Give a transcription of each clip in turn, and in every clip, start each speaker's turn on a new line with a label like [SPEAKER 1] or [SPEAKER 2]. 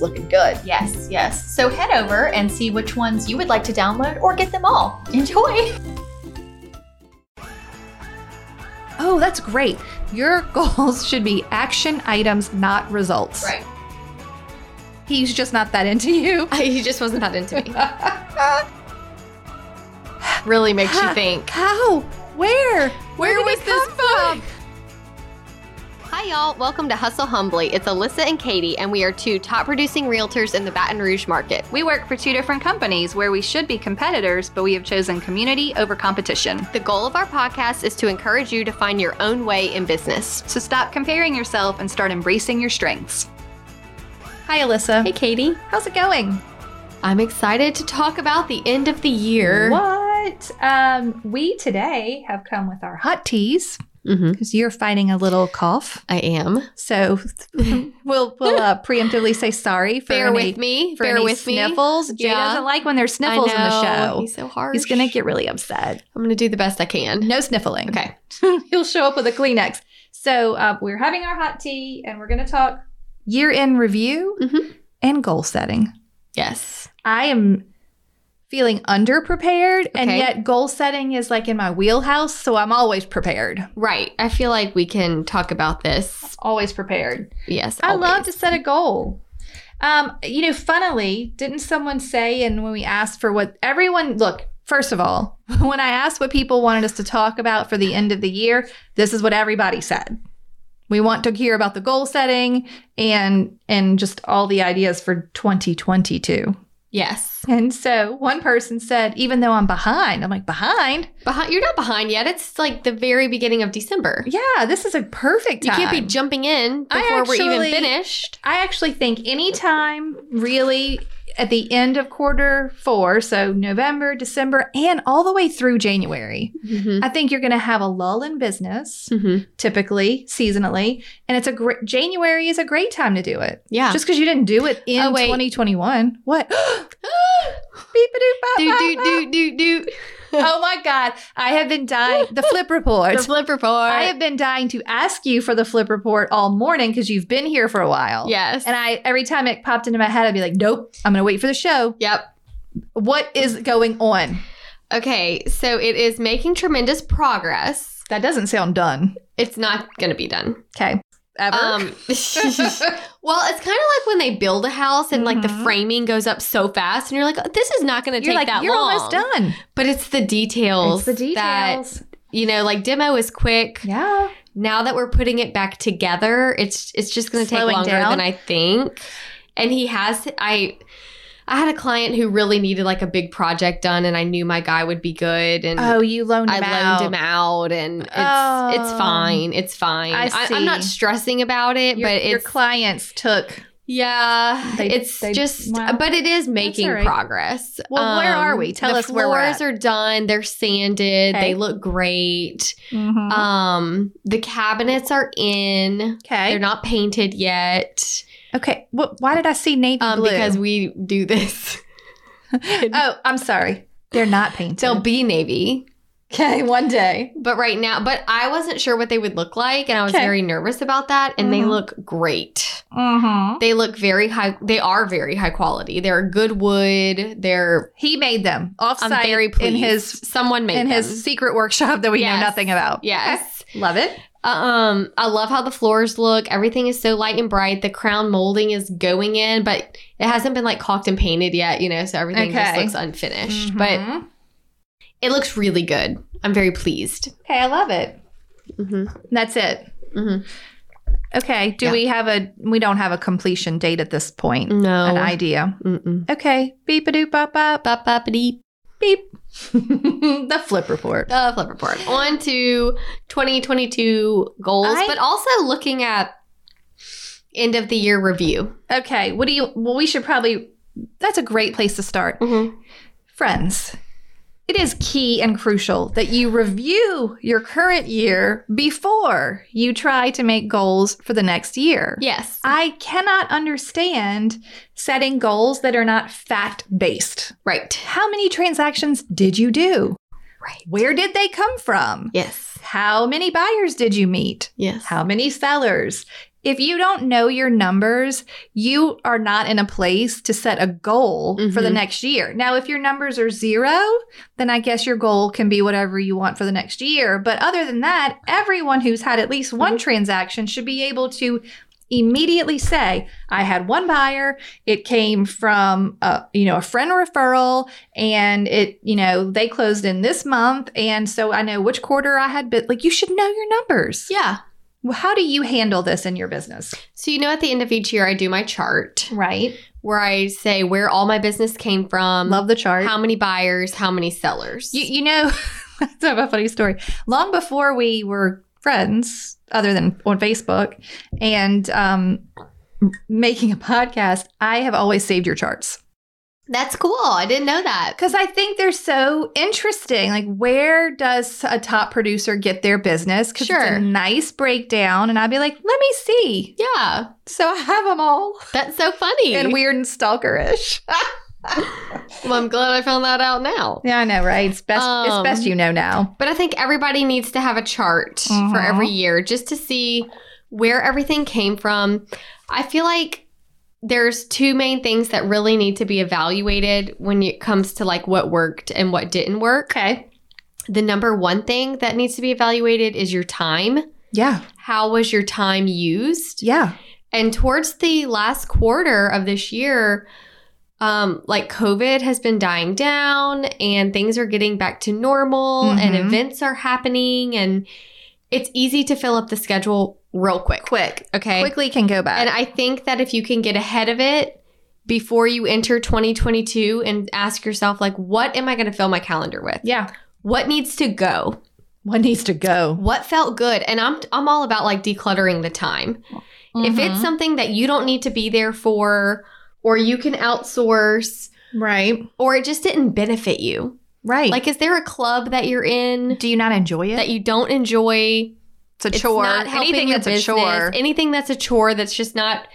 [SPEAKER 1] looking good.
[SPEAKER 2] Yes, yes. So head over and see which ones you would like to download or get them all. Enjoy.
[SPEAKER 3] Oh, that's great. Your goals should be action items, not results.
[SPEAKER 2] Right.
[SPEAKER 3] He's just not that into you.
[SPEAKER 4] He just wasn't that into me. really makes you think.
[SPEAKER 3] How? Where?
[SPEAKER 4] Where
[SPEAKER 3] did
[SPEAKER 4] was
[SPEAKER 3] it
[SPEAKER 4] this
[SPEAKER 3] come
[SPEAKER 4] from? Hi, y'all. Welcome to Hustle Humbly. It's Alyssa and Katie, and we are two top producing realtors in the Baton Rouge market.
[SPEAKER 5] We work for two different companies where we should be competitors, but we have chosen community over competition.
[SPEAKER 4] The goal of our podcast is to encourage you to find your own way in business.
[SPEAKER 5] So stop comparing yourself and start embracing your strengths.
[SPEAKER 3] Hi, Alyssa.
[SPEAKER 4] Katie.
[SPEAKER 3] How's it going?
[SPEAKER 4] I'm excited to talk about the end of the year.
[SPEAKER 3] What? Um, we today have come with our hot teas
[SPEAKER 4] Mm-hmm.
[SPEAKER 3] because you're fighting a little cough.
[SPEAKER 4] I am.
[SPEAKER 3] So we'll we'll uh, preemptively say sorry for
[SPEAKER 4] Bear
[SPEAKER 3] any,
[SPEAKER 4] with me.
[SPEAKER 3] for
[SPEAKER 4] Bear
[SPEAKER 3] any
[SPEAKER 4] with me.
[SPEAKER 3] sniffles. Jay
[SPEAKER 4] Yeah.
[SPEAKER 3] doesn't like when there's sniffles
[SPEAKER 4] I
[SPEAKER 3] in the
[SPEAKER 4] know.
[SPEAKER 3] show.
[SPEAKER 4] He's so harsh.
[SPEAKER 3] He's gonna get really upset.
[SPEAKER 4] I'm gonna do the best I can.
[SPEAKER 3] No sniffling.
[SPEAKER 4] Okay.
[SPEAKER 3] He'll show up with a Kleenex. So uh, we're having our hot tea, and we're going to talk year end review
[SPEAKER 4] Mhm.
[SPEAKER 3] and goal setting.
[SPEAKER 4] Yes.
[SPEAKER 3] I am feeling underprepared, and
[SPEAKER 4] Okay.
[SPEAKER 3] yet goal setting is like in my wheelhouse, so I'm always prepared.
[SPEAKER 4] Right. I feel like we can talk about this.
[SPEAKER 3] Always prepared.
[SPEAKER 4] Yes.
[SPEAKER 3] I love
[SPEAKER 4] always.
[SPEAKER 3] to set a goal. Um, you know, funnily, didn't someone say, and when we asked for what everyone look. First of all, when I asked what people wanted us to talk about for the end of the year, this is what everybody said. We want to hear about the goal setting and and just all the ideas for 2022.
[SPEAKER 4] Yes.
[SPEAKER 3] And so one person said, even though I'm behind, I'm like, behind?
[SPEAKER 4] Behind, you're not behind yet. It's like the very beginning of December.
[SPEAKER 3] Yeah, this is a perfect
[SPEAKER 4] You
[SPEAKER 3] time.
[SPEAKER 4] can't be jumping in
[SPEAKER 3] I
[SPEAKER 4] before we're
[SPEAKER 3] actually-
[SPEAKER 4] even finished.
[SPEAKER 3] I actually think any time really at the end of quarter four, so November, December, and all the way through January,
[SPEAKER 4] Mm-hmm.
[SPEAKER 3] I think you're going to have a lull in business,
[SPEAKER 4] Mm-hmm.
[SPEAKER 3] typically seasonally, and it's a great January is a great time to do it.
[SPEAKER 4] Yeah.
[SPEAKER 3] Just because you didn't do it in
[SPEAKER 4] Oh, wait.
[SPEAKER 3] 2021, what? Beep
[SPEAKER 4] do do do do do.
[SPEAKER 3] Oh my God, I have been dying. The flip
[SPEAKER 4] The
[SPEAKER 3] report.
[SPEAKER 4] flip report.
[SPEAKER 3] I have been dying to ask you for the flip report all morning because you've been here for a while.
[SPEAKER 4] yes.
[SPEAKER 3] And I every time it popped into my head, I'd be like, "Nope, I'm gonna wait for the show.
[SPEAKER 4] yep.
[SPEAKER 3] What is going on?"
[SPEAKER 4] Okay. So it is making tremendous progress.
[SPEAKER 3] That doesn't sound done.
[SPEAKER 4] It's not going to be done.
[SPEAKER 3] Okay, ever.
[SPEAKER 4] Um, well, it's kind of like when they build a house and like the
[SPEAKER 3] Mhm.
[SPEAKER 4] framing goes up so fast, and you're like, "This is not going to
[SPEAKER 3] you're
[SPEAKER 4] take
[SPEAKER 3] like
[SPEAKER 4] that
[SPEAKER 3] you're
[SPEAKER 4] long."
[SPEAKER 3] almost done.
[SPEAKER 4] But it's the details.
[SPEAKER 3] It's the
[SPEAKER 4] That,
[SPEAKER 3] details.
[SPEAKER 4] you know, like demo is quick.
[SPEAKER 3] yeah.
[SPEAKER 4] now that we're putting it back together, it's it's just going to take
[SPEAKER 3] Slowing
[SPEAKER 4] longer
[SPEAKER 3] down.
[SPEAKER 4] than I think. And he has I I had a client who really needed like a big project done and I knew my guy would be good and
[SPEAKER 3] Oh, you loaned
[SPEAKER 4] Mm. I
[SPEAKER 3] him out.
[SPEAKER 4] loaned him out and it's it's
[SPEAKER 3] Oh.
[SPEAKER 4] fine. It's fine.
[SPEAKER 3] I
[SPEAKER 4] am not
[SPEAKER 3] see.
[SPEAKER 4] stressing about it,
[SPEAKER 3] Your,
[SPEAKER 4] but
[SPEAKER 3] your
[SPEAKER 4] it's
[SPEAKER 3] clients took.
[SPEAKER 4] yeah,
[SPEAKER 3] They-
[SPEAKER 4] it's
[SPEAKER 3] they-
[SPEAKER 4] just,
[SPEAKER 3] wow.
[SPEAKER 4] but it is making
[SPEAKER 3] all right.
[SPEAKER 4] progress. Um,
[SPEAKER 3] Well, where are we? Tell
[SPEAKER 4] the
[SPEAKER 3] us where we're
[SPEAKER 4] floors
[SPEAKER 3] at.
[SPEAKER 4] are done. They're sanded.
[SPEAKER 3] Okay.
[SPEAKER 4] They look great.
[SPEAKER 3] Mhm.
[SPEAKER 4] Um, the cabinets are in. They're
[SPEAKER 3] okay.
[SPEAKER 4] not painted yet
[SPEAKER 3] Okay. What, why did I see navy
[SPEAKER 4] um,
[SPEAKER 3] blue?
[SPEAKER 4] because we do this.
[SPEAKER 3] oh, I'm sorry. They're not painted.
[SPEAKER 4] They'll be navy,
[SPEAKER 3] okay, one day.
[SPEAKER 4] but right now, but I wasn't sure what they would look like, and I was
[SPEAKER 3] Okay.
[SPEAKER 4] very nervous about that. And they
[SPEAKER 3] Mhm.
[SPEAKER 4] look great.
[SPEAKER 3] Mm-hmm.
[SPEAKER 4] They look very high. They are very high quality. They're good wood. They're
[SPEAKER 3] He made them
[SPEAKER 4] I'm
[SPEAKER 3] offsite
[SPEAKER 4] very pleased.
[SPEAKER 3] in his
[SPEAKER 4] someone made
[SPEAKER 3] in
[SPEAKER 4] them.
[SPEAKER 3] his secret workshop that we
[SPEAKER 4] Yes.
[SPEAKER 3] know nothing about.
[SPEAKER 4] Yes.
[SPEAKER 3] Okay. Love it.
[SPEAKER 4] Um, I love how the floors look. Everything is so light and bright. The crown molding is going in, but it hasn't been like caulked and painted yet, you know, so everything just
[SPEAKER 3] Okay.
[SPEAKER 4] looks
[SPEAKER 3] Mm-hmm.
[SPEAKER 4] unfinished. But it looks really good. I'm very pleased.
[SPEAKER 3] okay, I love it.
[SPEAKER 4] hmm
[SPEAKER 3] That's it.
[SPEAKER 4] Mhm.
[SPEAKER 3] Okay. Do
[SPEAKER 4] Yeah.
[SPEAKER 3] we have a? We don't have a completion date at this point.
[SPEAKER 4] No.
[SPEAKER 3] An idea.
[SPEAKER 4] Mm-mm.
[SPEAKER 3] Okay. Beep a doop bop bop
[SPEAKER 4] Bop, bop, deep.
[SPEAKER 3] beep. the flip report.
[SPEAKER 4] The flip report. On to 2022 goals,
[SPEAKER 3] I-
[SPEAKER 4] but also looking at End of the year review.
[SPEAKER 3] Okay. What do you, well, we should probably, that's a great place to start.
[SPEAKER 4] Mhm.
[SPEAKER 3] Friends, it is key and crucial that you review your current year before you try to make goals for the next year.
[SPEAKER 4] Yes.
[SPEAKER 3] I cannot understand setting goals that are not fact based.
[SPEAKER 4] Right.
[SPEAKER 3] How many transactions did you do?
[SPEAKER 4] Right.
[SPEAKER 3] Where did they come from?
[SPEAKER 4] Yes.
[SPEAKER 3] How many buyers did you meet?
[SPEAKER 4] Yes.
[SPEAKER 3] How many sellers? If you don't know your numbers, you are not in a place to set a goal for the
[SPEAKER 4] Mhm.
[SPEAKER 3] next year. Now, if your numbers are zero, then I guess your goal can be whatever you want for the next year. But other than that, everyone who's had at least one transaction should be able to immediately say, I had one buyer, it came from a, you know, a friend referral and it, you know, they closed in this month and so I know which quarter I had bit like you should know your numbers.
[SPEAKER 4] Yeah.
[SPEAKER 3] Well, How do you handle this in your business?
[SPEAKER 4] So you know at the end of each year I do my chart
[SPEAKER 3] Right.
[SPEAKER 4] where I say where all my business came from,
[SPEAKER 3] Love the chart.
[SPEAKER 4] Um, how many buyers, how many sellers.
[SPEAKER 3] you, you know, that's a funny story. Long before we were friends, other than on Facebook and um, making a podcast, I have always saved your charts
[SPEAKER 4] That's cool. I didn't know that.
[SPEAKER 3] because I think they're so interesting. Like, where does a top producer get their business? 'Cause it's
[SPEAKER 4] Sure.
[SPEAKER 3] a nice breakdown. And I'd be like, let me see.
[SPEAKER 4] Yeah.
[SPEAKER 3] So I have them all.
[SPEAKER 4] That's so funny.
[SPEAKER 3] And weird and stalkerish.
[SPEAKER 4] well, I'm glad I found that out now.
[SPEAKER 3] Yeah, I know, right? It's best. it's
[SPEAKER 4] Um,
[SPEAKER 3] best you know now.
[SPEAKER 4] But I think everybody needs to have a chart for
[SPEAKER 3] Mhm.
[SPEAKER 4] every year just to see where everything came from. I feel like there's two main things that really need to be evaluated when it comes to like what worked and what didn't work.
[SPEAKER 3] Okay.
[SPEAKER 4] The number one thing that needs to be evaluated is your time.
[SPEAKER 3] Yeah.
[SPEAKER 4] How was your time used?
[SPEAKER 3] Yeah.
[SPEAKER 4] And towards the last quarter of this year, um, like COVID has been dying down and things are getting back to normal and
[SPEAKER 3] Mhm.
[SPEAKER 4] events are happening and it's easy to fill up the schedule real quick. Quick. Okay.
[SPEAKER 3] Quickly can go
[SPEAKER 4] And
[SPEAKER 3] back.
[SPEAKER 4] I think that if you can get ahead of it before you enter 2022 and ask yourself, like, what am I going to fill my calendar with?
[SPEAKER 3] yeah.
[SPEAKER 4] What needs to go?
[SPEAKER 3] One needs to go.
[SPEAKER 4] what felt good and i'm i'm all about like decluttering the time if
[SPEAKER 3] Mm-hmm.
[SPEAKER 4] it's something that you don't need to be there for or you can outsource
[SPEAKER 3] Right.
[SPEAKER 4] or it just didn't benefit you
[SPEAKER 3] Mm-hmm. Right.
[SPEAKER 4] like is there a club that you're in
[SPEAKER 3] do you not enjoy it?
[SPEAKER 4] that you don't enjoy
[SPEAKER 5] It's a
[SPEAKER 4] It's
[SPEAKER 5] chore.
[SPEAKER 4] not helping
[SPEAKER 5] Anything
[SPEAKER 4] your
[SPEAKER 5] that's
[SPEAKER 4] business,
[SPEAKER 5] a chore.
[SPEAKER 4] anything that's a chore that's just not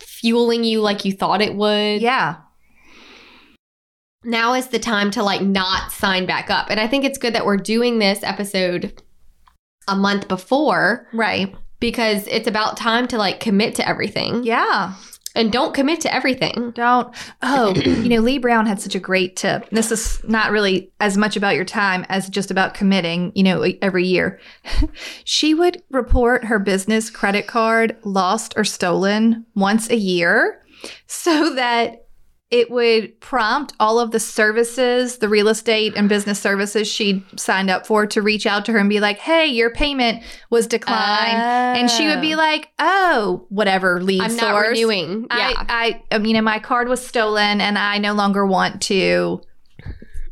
[SPEAKER 4] fueling you like you thought it would
[SPEAKER 3] yeah.
[SPEAKER 4] now is the time to like not sign back up and i think it's good that we're doing this episode a month before
[SPEAKER 3] Right.
[SPEAKER 4] because it's about time to like commit to everything
[SPEAKER 3] Yeah.
[SPEAKER 4] and don't commit to everything.
[SPEAKER 3] Don't. Oh, you know, Lee Brown had such a great tip. This is not really as much about your time as just about committing, you know, e-, every year. she would report her business credit card lost or stolen once a year so that it would prompt all of the services, the real estate and business services she'd signed up for to reach out to her and be like, hey, your payment was declined. and she would be like, oh, whatever lead
[SPEAKER 4] Ah. I'm not
[SPEAKER 3] source.
[SPEAKER 4] renewing. Yeah.
[SPEAKER 3] I, I, um, you know, my card was stolen, and I no longer want to.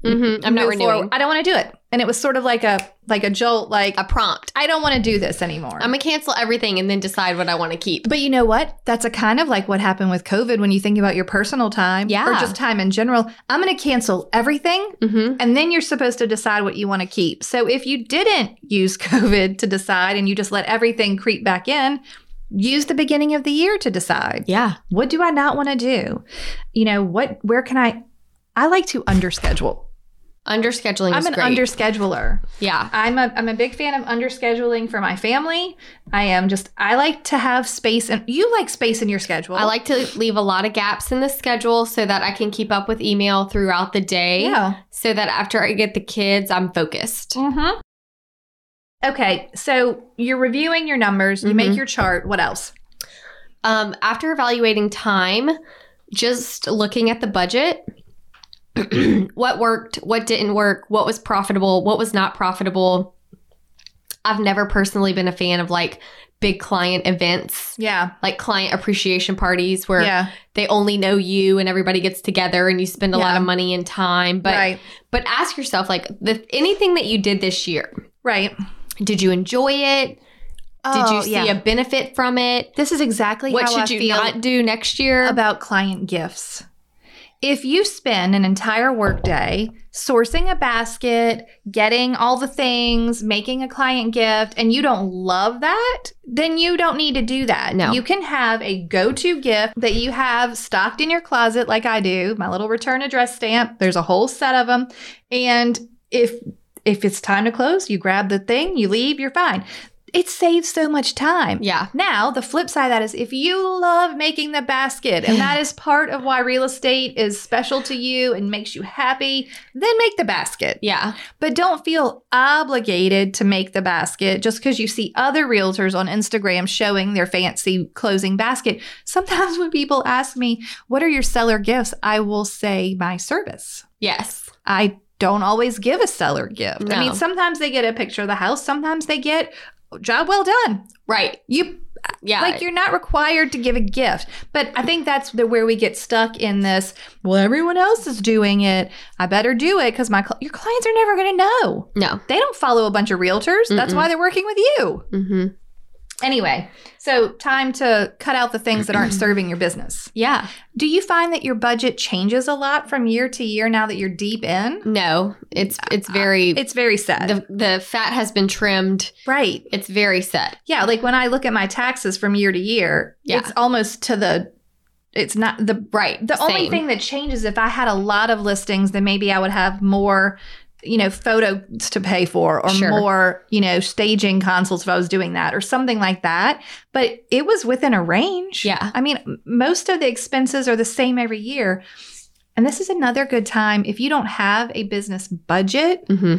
[SPEAKER 4] Mhm. I'm not
[SPEAKER 3] move forward.
[SPEAKER 4] renewing.
[SPEAKER 3] I don't want to do it. And it was sort of like a like a jolt, like
[SPEAKER 4] A prompt.
[SPEAKER 3] I don't want to do this anymore.
[SPEAKER 4] I'm going to cancel everything and then decide what I want to keep.
[SPEAKER 3] but you know what? That's a kind of like what happened with COVID when you think about your personal time,
[SPEAKER 4] Yeah.
[SPEAKER 3] or just time in general. I'm going to cancel everything,
[SPEAKER 4] Mm-hmm.
[SPEAKER 3] and then you're supposed to decide what you want to keep. So if you didn't use COVID to decide, and you just let everything creep back in. Use the beginning of the year to decide.
[SPEAKER 4] Yeah.
[SPEAKER 3] what do i not want to do you know what where can i i like to underschedule
[SPEAKER 4] Underscheduling
[SPEAKER 3] i'm
[SPEAKER 4] is
[SPEAKER 3] an
[SPEAKER 4] great.
[SPEAKER 3] underscheduler
[SPEAKER 4] yeah.
[SPEAKER 3] i'm a i'm a big fan of underscheduling for my family i am just i like to have space and you like space in your schedule
[SPEAKER 4] I like to leave a lot of gaps in the schedule so that I can keep up with email throughout the day.
[SPEAKER 3] yeah
[SPEAKER 4] So that after I get the kids, I'm focused.
[SPEAKER 3] mm-hmm. okay so you're reviewing your numbers you make
[SPEAKER 4] Mhm.
[SPEAKER 3] your chart what else
[SPEAKER 4] Um, after evaluating time, just looking at the budget, what worked, what didn't work, what was profitable, what was not profitable. I've never personally been a fan of like big client events,
[SPEAKER 3] yeah
[SPEAKER 4] like client appreciation parties where
[SPEAKER 3] yeah
[SPEAKER 4] they only know you and everybody gets together and you spend a lot
[SPEAKER 3] Yeah.
[SPEAKER 4] of money and time. But
[SPEAKER 3] right
[SPEAKER 4] but ask yourself like the anything that you did this year,
[SPEAKER 3] right
[SPEAKER 4] did you enjoy it? Did you
[SPEAKER 3] Oh,
[SPEAKER 4] see
[SPEAKER 3] yeah.
[SPEAKER 4] a benefit from it?
[SPEAKER 3] This is exactly
[SPEAKER 4] What
[SPEAKER 3] how I
[SPEAKER 4] should you
[SPEAKER 3] feel
[SPEAKER 4] not do next year?
[SPEAKER 3] about client gifts. If you spend an entire workday sourcing a basket, getting all the things, making a client gift, and you don't love that, then you don't need to do that.
[SPEAKER 4] No.
[SPEAKER 3] You can have a go to gift that you have stocked in your closet, like I do, my little return address stamp. There's a whole set of them. And if if it's time to close, you grab the thing, you leave, you're fine. It saves so much time.
[SPEAKER 4] yeah.
[SPEAKER 3] Now, the flip side of that is if you love making the basket and that is part of why real estate is special to you and makes you happy, then make the basket.
[SPEAKER 4] Yeah.
[SPEAKER 3] But don't feel obligated to make the basket just because you see other realtors on Instagram showing their fancy closing basket. Sometimes when people ask me, What are your seller gifts? I will say, My service.
[SPEAKER 4] Yes.
[SPEAKER 3] I don't always give a seller gift. I
[SPEAKER 4] No.
[SPEAKER 3] mean, sometimes they get a picture of the house, sometimes they get job well done.
[SPEAKER 4] Right.
[SPEAKER 3] You
[SPEAKER 4] Yeah.
[SPEAKER 3] like you're not required to give a gift. But I think that's the, where we get stuck in this. Well, everyone else is doing it. I better do it because my cl- your clients are never going to know.
[SPEAKER 4] no.
[SPEAKER 3] They don't follow a bunch of realtors. That's why they're working with you.
[SPEAKER 4] Mm-hmm.
[SPEAKER 3] Anyway, so time to cut out the things that aren't serving your business.
[SPEAKER 4] Yeah.
[SPEAKER 3] Do you find that your budget changes a lot from year to year now that you're deep in?
[SPEAKER 4] No. It's it's very
[SPEAKER 3] It's very sad.
[SPEAKER 4] the the fat has been trimmed.
[SPEAKER 3] right.
[SPEAKER 4] It's very set.
[SPEAKER 3] Yeah, like when I look at my taxes from year to year,
[SPEAKER 4] Yeah.
[SPEAKER 3] it's almost to the it's not the
[SPEAKER 4] Right.
[SPEAKER 3] The only
[SPEAKER 4] Same.
[SPEAKER 3] thing that changes if I had a lot of listings, then maybe I would have more, you know, photos to pay for or
[SPEAKER 4] Sure.
[SPEAKER 3] more, you know, staging consults if I was doing that or something like that. But it was within a range.
[SPEAKER 4] Yeah.
[SPEAKER 3] I mean, m- most of the expenses are the same every year. And this is another good time if you don't have a business budget,
[SPEAKER 4] hmm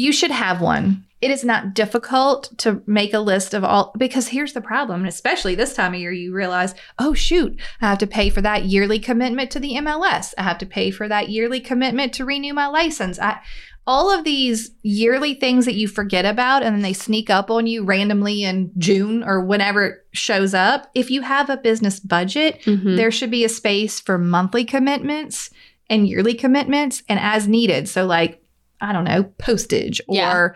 [SPEAKER 3] you should have one. It is not difficult to make a list of all because here's the problem, and especially this time of year, you realize, oh shoot, I have to pay for that yearly commitment to the MLS. I have to pay for that yearly commitment to renew my license. I, all of these yearly things that you forget about and then they sneak up on you randomly in June or whenever it shows up. If you have a business budget,
[SPEAKER 4] hmm
[SPEAKER 3] there should be a space for monthly commitments and yearly commitments and as needed. So, like, I don't know, postage or,
[SPEAKER 4] Yeah.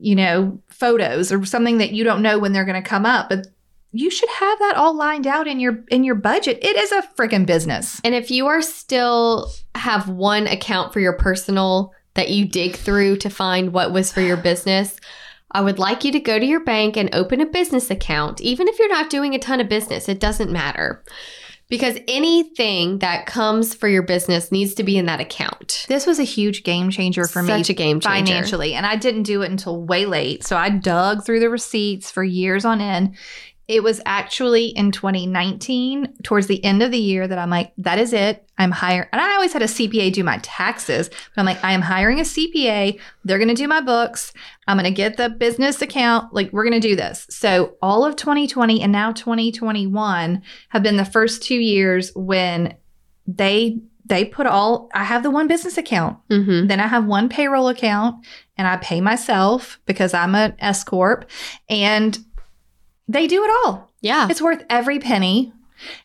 [SPEAKER 3] you know, photos or something that you don't know when they're going to come up. But you should have that all lined out in your in your budget. It is a freaking business.
[SPEAKER 4] And if you are still have one account for your personal that you dig through to find what was for your business, I would like you to go to your bank and open a business account. Even if you're not doing a ton of business, it doesn't matter. Because anything that comes for your business needs to be in that account.
[SPEAKER 3] This was a huge game changer for me
[SPEAKER 4] Such a game changer.
[SPEAKER 3] financially. And I didn't do it until way late. So I dug through the receipts for years on end. It was actually in 2019, towards the end of the year, that I'm like, that is it. I'm hiring. And I always had a CPA do my taxes, but I'm like, I am hiring a CPA. They're going to do my books. I'm going to get the business account. Like, we're going to do this. So, all of 2020 and now 2021 have been the first two years when they they put all I have the one business account
[SPEAKER 4] Mm-hmm.
[SPEAKER 3] then I have one payroll account and I pay myself because I'm an S Corp and they do it all.
[SPEAKER 4] Yeah.
[SPEAKER 3] It's worth every penny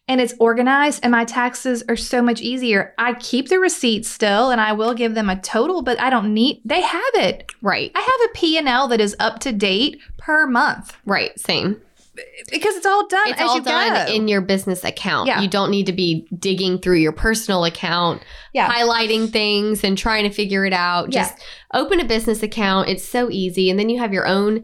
[SPEAKER 3] and it's organized and my taxes are so much easier. I keep the receipts still and I will give them a total, but I don't need they have it.
[SPEAKER 4] Right.
[SPEAKER 3] I have a P&L that is up to date per month
[SPEAKER 4] Right. Same.
[SPEAKER 3] because it's all done
[SPEAKER 4] It's
[SPEAKER 3] Um, as
[SPEAKER 4] all
[SPEAKER 3] you
[SPEAKER 4] done
[SPEAKER 3] go.
[SPEAKER 4] in your business account.
[SPEAKER 3] Yeah.
[SPEAKER 4] You don't need to be digging through your personal account,
[SPEAKER 3] Yeah.
[SPEAKER 4] highlighting things and trying to figure it out.
[SPEAKER 3] Yeah.
[SPEAKER 4] Just open a business account. It's so easy. And then you have your own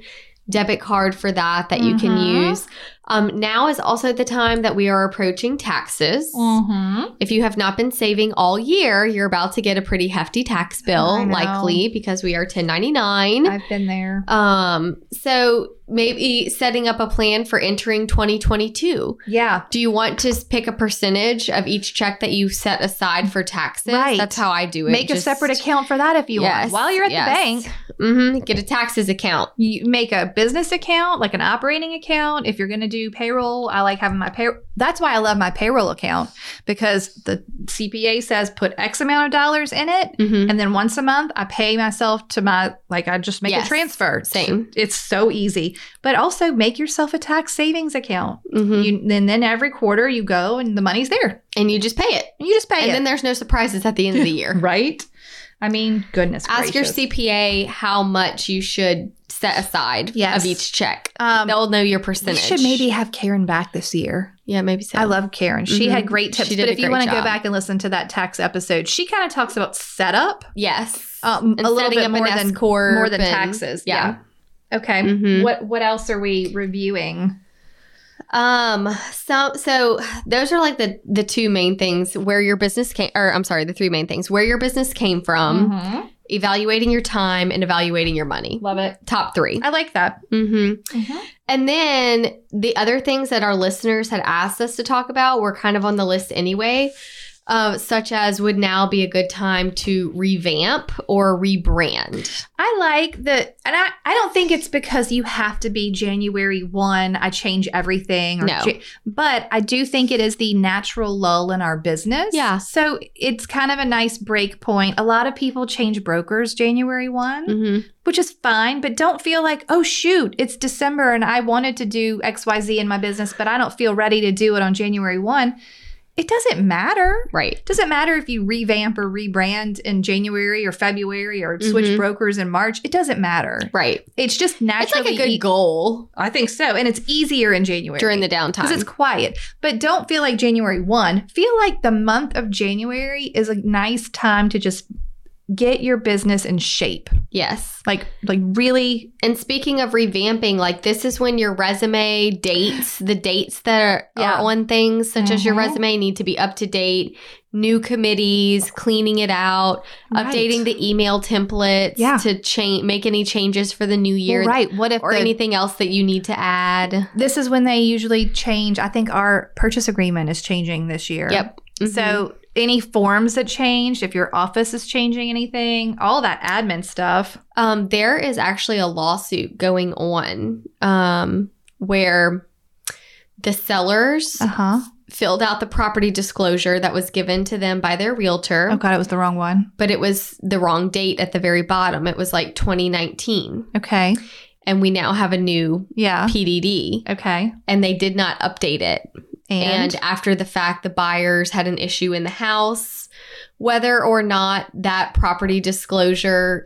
[SPEAKER 4] debit card for that that you can
[SPEAKER 3] Mhm.
[SPEAKER 4] use. Um, now is also the time that we are approaching taxes.
[SPEAKER 3] Mhm.
[SPEAKER 4] If you have not been saving all year, you're about to get a pretty hefty tax
[SPEAKER 3] I
[SPEAKER 4] bill,
[SPEAKER 3] know.
[SPEAKER 4] likely because we are 1099.
[SPEAKER 3] I've been there.
[SPEAKER 4] Um, so maybe setting up a plan for entering 2022.
[SPEAKER 3] Yeah.
[SPEAKER 4] Do you want to s- pick a percentage of each check that you set aside for taxes?
[SPEAKER 3] Right.
[SPEAKER 4] That's how I do it.
[SPEAKER 3] Make a separate account for that if you
[SPEAKER 4] Yes,
[SPEAKER 3] want. While you're at
[SPEAKER 4] yes.
[SPEAKER 3] the bank,
[SPEAKER 4] hmm Get a taxes account.
[SPEAKER 3] you make a business account, like an operating account. If you're going to do payroll, I like having my payroll. That's why I love my payroll account because the CPA says put X amount of dollars in it.
[SPEAKER 4] hmm
[SPEAKER 3] And then once a month, I pay myself to my, like, I just make
[SPEAKER 4] Yes.
[SPEAKER 3] a transfer.
[SPEAKER 4] Same.
[SPEAKER 3] It's so easy. But also make yourself a tax savings account.
[SPEAKER 4] hmm
[SPEAKER 3] You, and then every quarter you go and the money's there.
[SPEAKER 4] and you just pay it.
[SPEAKER 3] And you just pay
[SPEAKER 4] and
[SPEAKER 3] it.
[SPEAKER 4] then there's no surprises at the end of the year.
[SPEAKER 3] right? I mean, goodness
[SPEAKER 4] Ask your
[SPEAKER 3] gracious.
[SPEAKER 4] CPA how much you should set aside
[SPEAKER 3] Yes.
[SPEAKER 4] of each check.
[SPEAKER 3] Um,
[SPEAKER 4] They'll know your
[SPEAKER 3] we
[SPEAKER 4] percentage.
[SPEAKER 3] should maybe have Karen back this year.
[SPEAKER 4] Yeah, maybe so.
[SPEAKER 3] I love Karen. She
[SPEAKER 4] Mhm.
[SPEAKER 3] had great tips.
[SPEAKER 4] She did
[SPEAKER 3] But
[SPEAKER 4] a
[SPEAKER 3] if you
[SPEAKER 4] great
[SPEAKER 3] want to go
[SPEAKER 4] job.
[SPEAKER 3] back and listen to that tax episode, she kind of talks about setup
[SPEAKER 4] Yes.
[SPEAKER 3] um,
[SPEAKER 4] And
[SPEAKER 3] a little
[SPEAKER 4] setting
[SPEAKER 3] bit
[SPEAKER 4] up
[SPEAKER 3] more
[SPEAKER 4] an
[SPEAKER 3] than
[SPEAKER 4] S-corp
[SPEAKER 3] more than
[SPEAKER 4] and-
[SPEAKER 3] taxes.
[SPEAKER 4] Yeah.
[SPEAKER 3] yeah. Okay.
[SPEAKER 4] Mhm.
[SPEAKER 3] What What else are we reviewing?
[SPEAKER 4] Um. So, so those are like the the two main things where your business came, or I'm sorry, the three main things where your business came from,
[SPEAKER 3] Mhm.
[SPEAKER 4] evaluating your time and evaluating your money.
[SPEAKER 3] Love it.
[SPEAKER 4] Top three.
[SPEAKER 3] I like that.
[SPEAKER 4] Mm-hmm.
[SPEAKER 3] Mhm.
[SPEAKER 4] And then the other things that our listeners had asked us to talk about were kind of on the list anyway, uh, such as would now be a good time to revamp or rebrand.
[SPEAKER 3] I like that, and I, I don't think it's because you have to be January 1, I change everything. Or
[SPEAKER 4] No.
[SPEAKER 3] cha- but I do think it is the natural lull in our business.
[SPEAKER 4] Yeah.
[SPEAKER 3] So it's kind of a nice break point. A lot of people change brokers January one
[SPEAKER 4] Mm-hmm.
[SPEAKER 3] which is fine, but don't feel like, oh, shoot, it's December and I wanted to do XYZ in my business, but I don't feel ready to do it on January 1. It doesn't matter.
[SPEAKER 4] Right.
[SPEAKER 3] It doesn't matter if you revamp or rebrand in January or February or switch
[SPEAKER 4] Mhm.
[SPEAKER 3] brokers in March. It doesn't matter.
[SPEAKER 4] Right.
[SPEAKER 3] It's just
[SPEAKER 4] It's like
[SPEAKER 3] naturally.
[SPEAKER 4] a good
[SPEAKER 3] e-
[SPEAKER 4] goal
[SPEAKER 3] I think so. And it's easier in January
[SPEAKER 4] during the downtime.
[SPEAKER 3] because it's quiet. But don't feel like January 1. Feel like the month of January is a nice time to just get your business in shape.
[SPEAKER 4] yes.
[SPEAKER 3] Like, like really
[SPEAKER 4] And speaking of revamping, like this is when your resume dates, the dates that are,
[SPEAKER 3] Yeah.
[SPEAKER 4] are on things, such as your
[SPEAKER 3] Mhm.
[SPEAKER 4] resume, need to be up to date. New committees, cleaning it out, updating
[SPEAKER 3] Right.
[SPEAKER 4] the email templates
[SPEAKER 3] Yeah.
[SPEAKER 4] to change, make any changes for the new year,
[SPEAKER 3] Well, right. What if
[SPEAKER 4] or
[SPEAKER 3] the-
[SPEAKER 4] anything else that you need to add.
[SPEAKER 3] this is when they usually change? I think our purchase agreement is changing this year.
[SPEAKER 4] Yep. Mhm.
[SPEAKER 3] So any forms that changed, if your office is changing anything, all that admin stuff.
[SPEAKER 4] Um, there is actually a lawsuit going on um, where the sellers
[SPEAKER 3] huh.
[SPEAKER 4] filled out the property disclosure that was given to them by their realtor.
[SPEAKER 3] Oh god, it was the wrong one.
[SPEAKER 4] but it was the wrong date at the very bottom. It was like 2019.
[SPEAKER 3] Okay.
[SPEAKER 4] And we now have a new
[SPEAKER 3] Yeah.
[SPEAKER 4] PDD
[SPEAKER 3] Okay.
[SPEAKER 4] and they did not update it. And,
[SPEAKER 3] And,
[SPEAKER 4] after the fact, the buyers had an issue in the house. Whether or not that property disclosure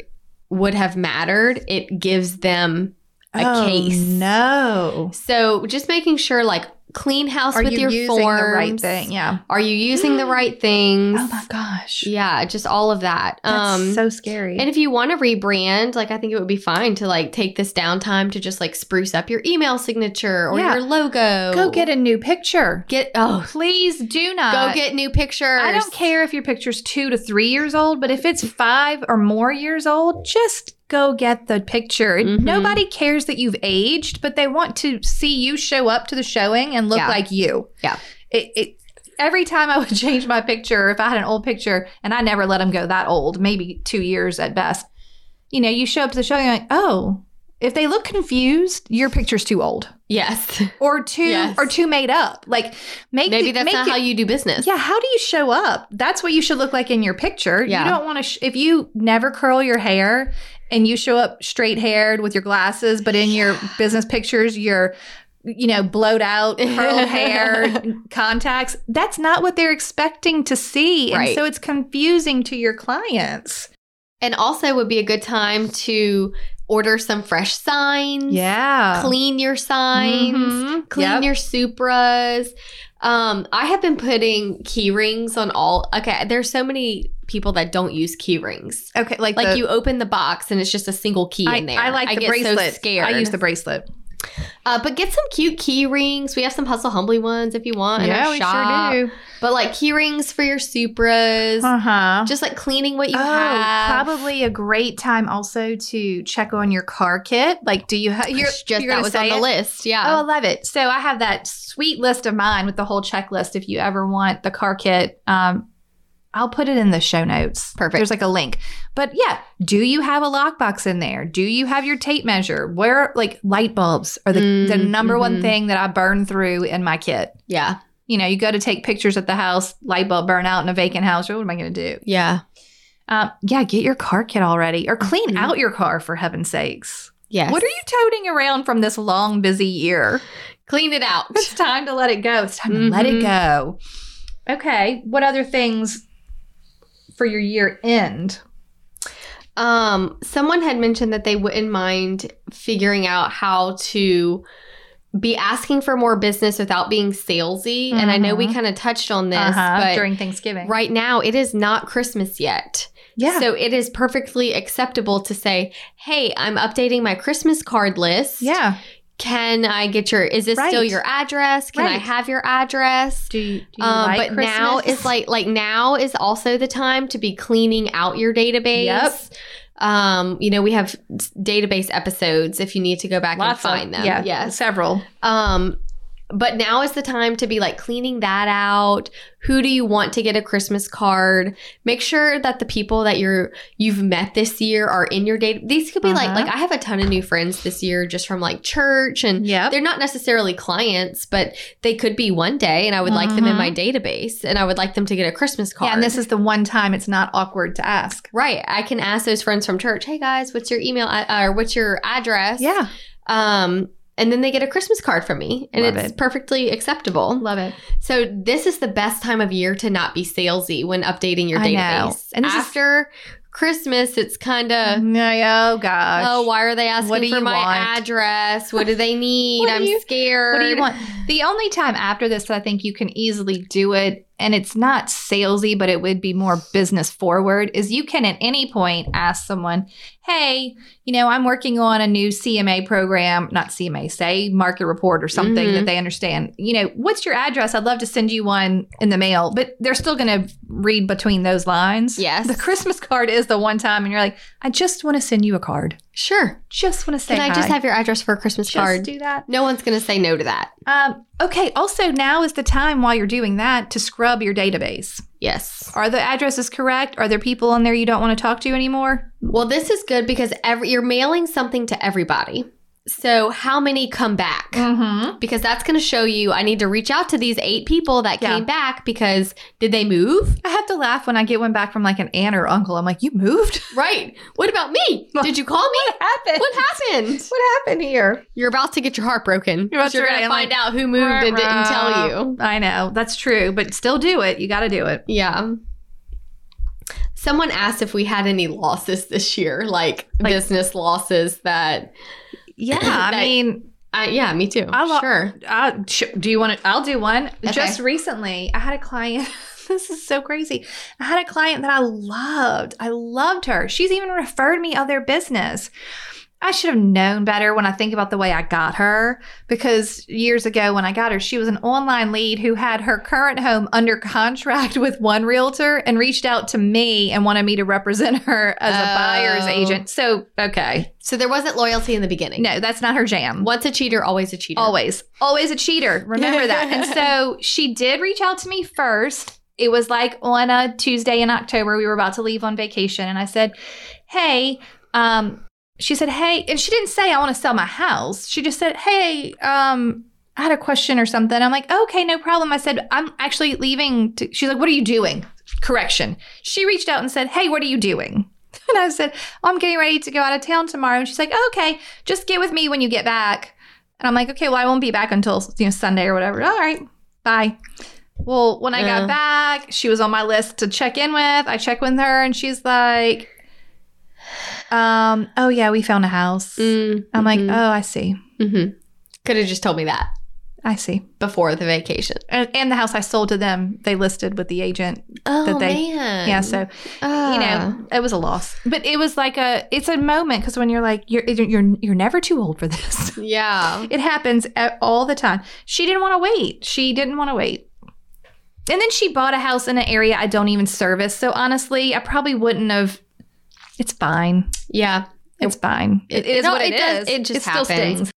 [SPEAKER 4] would have mattered, it gives them a
[SPEAKER 3] Oh,
[SPEAKER 4] case.
[SPEAKER 3] No.
[SPEAKER 4] So just making sure, like, clean house
[SPEAKER 3] Are
[SPEAKER 4] with
[SPEAKER 3] you
[SPEAKER 4] your
[SPEAKER 3] using
[SPEAKER 4] forms.
[SPEAKER 3] the right thing? Yeah.
[SPEAKER 4] Are you using the right things?
[SPEAKER 3] Oh my gosh.
[SPEAKER 4] Yeah, just all of that. Um,
[SPEAKER 3] That's so scary.
[SPEAKER 4] And if you want to rebrand, like I think it would be fine to like take this downtime to just like spruce up your email signature or
[SPEAKER 3] Yeah.
[SPEAKER 4] your logo.
[SPEAKER 3] Go get a new picture.
[SPEAKER 4] Get oh, uh,
[SPEAKER 3] Please do
[SPEAKER 4] go
[SPEAKER 3] not
[SPEAKER 4] get new pictures.
[SPEAKER 3] I don't care if your picture's two to three years old, but if it's five or more years old, just go get the picture.
[SPEAKER 4] Mhm.
[SPEAKER 3] Nobody cares that you've aged, but they want to see you show up to the showing and look
[SPEAKER 4] Yeah.
[SPEAKER 3] like you.
[SPEAKER 4] Yeah.
[SPEAKER 3] It, it, every time I would change my picture, if I had an old picture, and I never let them go that old, maybe two years at best, you know, you show up to the showing, you're like, oh, if they look confused, your picture's too old
[SPEAKER 4] Yes,
[SPEAKER 3] or too
[SPEAKER 4] Yes.
[SPEAKER 3] or too made up. Like make
[SPEAKER 4] maybe
[SPEAKER 3] the-
[SPEAKER 4] that's
[SPEAKER 3] make
[SPEAKER 4] not
[SPEAKER 3] the-
[SPEAKER 4] how you do business.
[SPEAKER 3] yeah, how do you show up? That's what you should look like in your picture.
[SPEAKER 4] Yeah.
[SPEAKER 3] You don't want to, sh- if you never curl your hair and you show up straight haired with your glasses, but in your business pictures, you're, you know, blowed out, curled hair, contacts, that's not what they're expecting to see. And
[SPEAKER 4] Right.
[SPEAKER 3] so it's confusing to your clients.
[SPEAKER 4] and also would be a good time to order some fresh signs.
[SPEAKER 3] Yeah.
[SPEAKER 4] clean your signs,
[SPEAKER 3] Mhm.
[SPEAKER 4] clean
[SPEAKER 3] Yep.
[SPEAKER 4] your Supras. Um, I have been putting key rings on all. Okay, there's so many people that don't use key rings.
[SPEAKER 3] Okay. Like,
[SPEAKER 4] like
[SPEAKER 3] the-
[SPEAKER 4] you open the box and it's just a single key
[SPEAKER 3] I,
[SPEAKER 4] in there.
[SPEAKER 3] I like the
[SPEAKER 4] get
[SPEAKER 3] bracelet.
[SPEAKER 4] So scared.
[SPEAKER 3] I use the bracelet.
[SPEAKER 4] uh, but get some cute key rings. We have some hustle humbly ones if you
[SPEAKER 3] Oh,
[SPEAKER 4] want. in our shop.
[SPEAKER 3] do.
[SPEAKER 4] But like key rings for your Supras.
[SPEAKER 3] Uh huh.
[SPEAKER 4] Just like cleaning what you
[SPEAKER 3] oh,
[SPEAKER 4] have.
[SPEAKER 3] probably a great time also to check on your car kit. Like, do you have your?
[SPEAKER 4] It's just
[SPEAKER 3] you're
[SPEAKER 4] that
[SPEAKER 3] gonna
[SPEAKER 4] was on
[SPEAKER 3] say
[SPEAKER 4] the
[SPEAKER 3] it?
[SPEAKER 4] list.
[SPEAKER 3] Oh, I
[SPEAKER 4] Yeah.
[SPEAKER 3] love it. So I have that sweet list of mine with the whole checklist. If you ever want the car kit, um, I'll put it in the show notes.
[SPEAKER 4] Perfect.
[SPEAKER 3] There's like a link. But yeah, do you have a lockbox in there? Do you have your tape measure? Where like light bulbs are the, the
[SPEAKER 4] Mm,
[SPEAKER 3] number one
[SPEAKER 4] mhm.
[SPEAKER 3] thing that I burn through in my kit.
[SPEAKER 4] yeah.
[SPEAKER 3] You know, you go to take pictures at the house, light bulb burn out in a vacant house. What am I going to do?
[SPEAKER 4] Yeah.
[SPEAKER 3] Um, yeah, get your car kit already or clean
[SPEAKER 4] Mhm.
[SPEAKER 3] out your car for heaven's sakes.
[SPEAKER 4] Yes.
[SPEAKER 3] What are you toting around from this long, busy year?
[SPEAKER 4] Clean it out.
[SPEAKER 3] It's time to let it go. It's time to let it
[SPEAKER 4] Mhm.
[SPEAKER 3] go. Okay. What other things for your year end?
[SPEAKER 4] Um, someone had mentioned that they wouldn't mind figuring out how to be asking for more business without being salesy. And I know we
[SPEAKER 3] Mhm.
[SPEAKER 4] kind of touched on this,
[SPEAKER 3] Uh-huh,
[SPEAKER 4] but
[SPEAKER 3] during Thanksgiving.
[SPEAKER 4] right now it is not Christmas yet.
[SPEAKER 1] Yeah.
[SPEAKER 4] So it is perfectly acceptable to say, "Hey, I'm updating my Christmas card list.
[SPEAKER 3] Yeah.
[SPEAKER 4] Can I get your? Is this still
[SPEAKER 3] Right.
[SPEAKER 4] your address? Can I
[SPEAKER 3] Right.
[SPEAKER 4] have your address?
[SPEAKER 3] Do you, do you
[SPEAKER 4] Um,
[SPEAKER 3] like
[SPEAKER 4] but now
[SPEAKER 3] Christmas?
[SPEAKER 4] is like like now is also the time to be cleaning out your database.
[SPEAKER 3] Yep.
[SPEAKER 4] Um, you know we have s- database episodes if you need to go back
[SPEAKER 3] Lots
[SPEAKER 4] and
[SPEAKER 3] of-
[SPEAKER 4] find them.
[SPEAKER 3] Yeah.
[SPEAKER 4] Yes.
[SPEAKER 3] Several.
[SPEAKER 4] Um, but now is the time to be like cleaning that out. Who do you want to get a Christmas card? Make sure that the people that you're you've met this year are in your data. These could be like
[SPEAKER 3] Uh-huh.
[SPEAKER 4] like I have a ton of new friends this year just from like church and
[SPEAKER 3] Yep.
[SPEAKER 4] they're not necessarily clients, but they could be one day, and I would like them in
[SPEAKER 3] Mhm.
[SPEAKER 4] my database, and I would like them to get a Christmas card.
[SPEAKER 3] Yeah, and this is the one time it's not awkward to ask.
[SPEAKER 4] right. I can ask those friends from church, "Hey guys, what's your email a- or what's your address?"
[SPEAKER 3] Yeah.
[SPEAKER 4] Um, and then they get a Christmas card from me, and
[SPEAKER 3] Love
[SPEAKER 4] it's
[SPEAKER 3] it.
[SPEAKER 4] perfectly acceptable.
[SPEAKER 3] Love it.
[SPEAKER 4] So this is the best time of year to not be salesy when updating your
[SPEAKER 3] I know.
[SPEAKER 4] database.
[SPEAKER 3] And
[SPEAKER 4] And
[SPEAKER 3] this is-
[SPEAKER 4] after Christmas, it's kind of.
[SPEAKER 3] No, oh gosh.
[SPEAKER 4] Oh, why are they asking
[SPEAKER 3] What do
[SPEAKER 4] for
[SPEAKER 3] you
[SPEAKER 4] my
[SPEAKER 3] want?
[SPEAKER 4] address? What do they need?
[SPEAKER 3] What do
[SPEAKER 4] I'm
[SPEAKER 3] you-
[SPEAKER 4] scared.
[SPEAKER 3] What do you want? The only time after this that I think you can easily do it, and it's not salesy, but it would be more business forward, is you can at any point ask someone, hey, you know, I'm working on a new CMA program, not CMA, say market report or something
[SPEAKER 4] Mhm.
[SPEAKER 3] that they understand. You know, what's your address? I'd love to send you one in the mail, but they're still going to read between those lines.
[SPEAKER 4] Yes.
[SPEAKER 3] The Christmas card is the one time, and you're like, I just want to send you a card.
[SPEAKER 4] Sure.
[SPEAKER 3] Just want to say
[SPEAKER 4] Can I
[SPEAKER 3] hi.
[SPEAKER 4] just have your address for a Christmas
[SPEAKER 3] Just
[SPEAKER 4] card?
[SPEAKER 3] do that.
[SPEAKER 4] no one's going to say no to that.
[SPEAKER 3] Um, okay. Also, now is the time while you're doing that to scrub your database.
[SPEAKER 4] Yes.
[SPEAKER 3] Are the addresses correct? Are there people on there you don't want to talk to anymore?
[SPEAKER 4] Well, this is good because every you're mailing something to everybody. So how many come back?
[SPEAKER 3] Mm-hmm.
[SPEAKER 4] Because that's going to show you I need to reach out to these eight people that
[SPEAKER 3] Yeah.
[SPEAKER 4] came back because did they move?
[SPEAKER 3] I have to laugh when I get one back from like an aunt or uncle. I'm like, you moved?
[SPEAKER 4] Right. What about me? Did you call me?
[SPEAKER 3] What happened?
[SPEAKER 4] What happened?
[SPEAKER 3] What happened here?
[SPEAKER 4] You're about to get your heart broken.
[SPEAKER 3] You're about to-
[SPEAKER 4] You're going
[SPEAKER 3] right,
[SPEAKER 4] to
[SPEAKER 3] I'm
[SPEAKER 4] find
[SPEAKER 3] like,
[SPEAKER 4] out who moved and didn't tell you.
[SPEAKER 3] I know that's true, but still do it. You got to do it.
[SPEAKER 4] Yeah. Someone asked if we had any losses this year, like,
[SPEAKER 3] Like-
[SPEAKER 4] business losses that.
[SPEAKER 3] Yeah, I
[SPEAKER 4] That-
[SPEAKER 3] mean,
[SPEAKER 4] Uh, yeah, me too.
[SPEAKER 3] I lo-
[SPEAKER 4] sure.
[SPEAKER 3] I, Uh, sh- do you want to? I'll do one. Just recently, I had a client. this is so crazy. I had a client that I loved. I loved her. She's even referred me other business. I should have known better when I think about the way I got her because years ago when I got her, she was an online lead who had her current home under contract with one realtor and reached out to me and wanted me to represent her as a buyer's
[SPEAKER 4] Oh.
[SPEAKER 3] agent. So, okay.
[SPEAKER 4] So there wasn't loyalty in the beginning.
[SPEAKER 3] No, that's not her jam.
[SPEAKER 4] Once a cheater, always a cheater.
[SPEAKER 3] Always, always a cheater. Remember that. And so she did reach out to me first. It was like on a Tuesday in October. We were about to leave on vacation. And I said, Hey, um, she said, Hey, and she didn't say, I want to sell my house. She just said, Hey, um, I had a question or something. I'm like, okay, no problem. I said, I'm actually leaving. To, she's like, what are you doing? Correction. She reached out and said, hey, what are you doing? And I said, oh, I'm getting ready to go out of town tomorrow. And she's like, "Oh, okay, just get with me when you get back. And I'm like, okay, well, I won't be back until you know Sunday or whatever. All right, bye. Well, when I
[SPEAKER 4] Yeah.
[SPEAKER 3] got back, she was on my list to check in with. I check with her, and she's like, um, oh yeah, we found a house. I'm like, oh, I see,
[SPEAKER 4] could have Mm-hmm. just told me that
[SPEAKER 3] I see.
[SPEAKER 4] before the vacation.
[SPEAKER 3] and, and the house I sold to them, they listed with the agent.
[SPEAKER 4] Oh
[SPEAKER 3] That they-
[SPEAKER 4] man. Ah.
[SPEAKER 3] Yeah, so you know, it was a loss, but it was like a it's a moment because when you're like you're you're you're never too old for this.
[SPEAKER 4] Yeah.
[SPEAKER 3] It happens a- all the time. She didn't want to wait. She didn't want to wait. And then she bought a house in an area I don't even service. So honestly, I probably wouldn't have. It's fine.
[SPEAKER 4] Yeah.
[SPEAKER 3] It's fine.
[SPEAKER 4] It-
[SPEAKER 3] It is
[SPEAKER 4] no,
[SPEAKER 3] what
[SPEAKER 4] it does-
[SPEAKER 3] is.
[SPEAKER 4] it just
[SPEAKER 3] still
[SPEAKER 4] happens.
[SPEAKER 3] stings.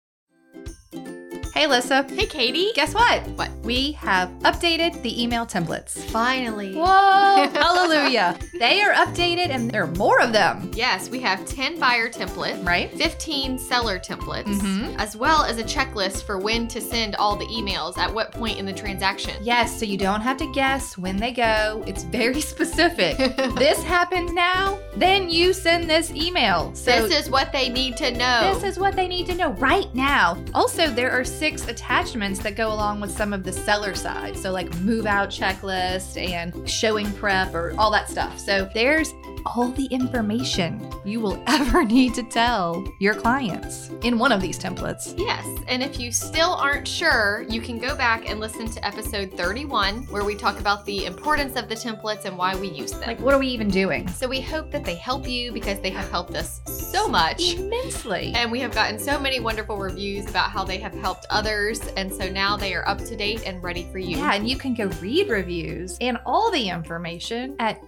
[SPEAKER 3] Hey, Alyssa.
[SPEAKER 4] Hey, Katie.
[SPEAKER 3] Guess what?
[SPEAKER 4] What?
[SPEAKER 3] We have updated the email templates.
[SPEAKER 4] Finally.
[SPEAKER 3] Whoa! Hallelujah! They are updated and there are more of them,
[SPEAKER 4] Yes, we have 10 buyer templates.
[SPEAKER 3] right?
[SPEAKER 4] 15 seller templates,
[SPEAKER 3] Mhm.
[SPEAKER 4] as well as a checklist for when to send all the emails at what point in the transaction.
[SPEAKER 3] Yes, so you don't have to guess when they go. It's very specific. this happens now, then you send this email. So
[SPEAKER 4] this is what they need to know.
[SPEAKER 3] this is what they need to know right now. Also, there are six six attachments that go along with some of the seller side. So, like move out checklist and showing prep or all that stuff. So, there's all the information you will ever need to tell your clients in one of these templates.
[SPEAKER 2] Yes, and if you still aren't sure, you can go back and listen to episode 31, where we talk about the importance of the templates and why we use them.
[SPEAKER 1] Like, what are we even doing?
[SPEAKER 2] so we hope that they help you because they have helped us so much.
[SPEAKER 3] Immensely.
[SPEAKER 2] And we have gotten so many wonderful reviews about how they have helped others. And so now they are up to date and ready for you.
[SPEAKER 3] Yeah, and you can go read reviews and all the information at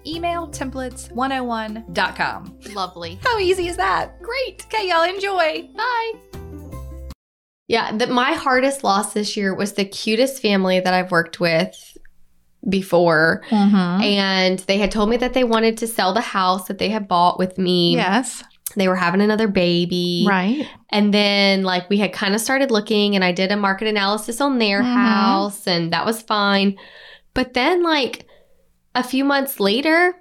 [SPEAKER 3] emailtemplates101.com.
[SPEAKER 2] Lovely.
[SPEAKER 3] How easy is that?
[SPEAKER 2] Great.
[SPEAKER 3] Okay, y'all enjoy.
[SPEAKER 2] Bye.
[SPEAKER 4] Yeah, the, my hardest loss this year was the cutest family that I've worked with before. Mm-hmm.
[SPEAKER 3] Mm-hmm.
[SPEAKER 4] And they had told me that they wanted to sell the house that they had bought with me.
[SPEAKER 3] Yes.
[SPEAKER 4] They were having another baby.
[SPEAKER 3] Right.
[SPEAKER 4] And then, like, we had kind of started looking, and I did a market analysis on their
[SPEAKER 3] Mhm.
[SPEAKER 4] house, and that was fine. But then, like, a few months later,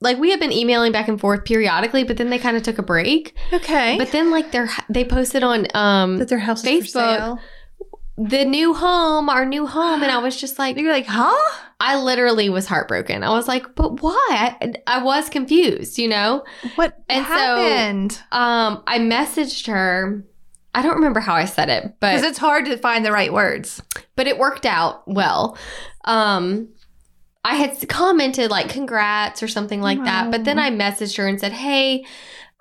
[SPEAKER 4] like, we had been emailing back and forth periodically, but then they kind of took a break.
[SPEAKER 3] Okay.
[SPEAKER 4] But then, like, their they posted on um
[SPEAKER 3] that their house is
[SPEAKER 4] Facebook.
[SPEAKER 3] for sale.
[SPEAKER 4] the new home, our new home, and I was just like,
[SPEAKER 3] You're like, huh?
[SPEAKER 4] I literally was heartbroken. I was like, but why? I, I was confused, you know.
[SPEAKER 3] What
[SPEAKER 4] And so-
[SPEAKER 3] happened?
[SPEAKER 4] Um, I messaged her. I don't remember how I said it, but
[SPEAKER 3] Because it's hard to find the right words.
[SPEAKER 4] but it worked out well. Um, I had commented like congrats or something like that, but then I messaged her and said, "Hey,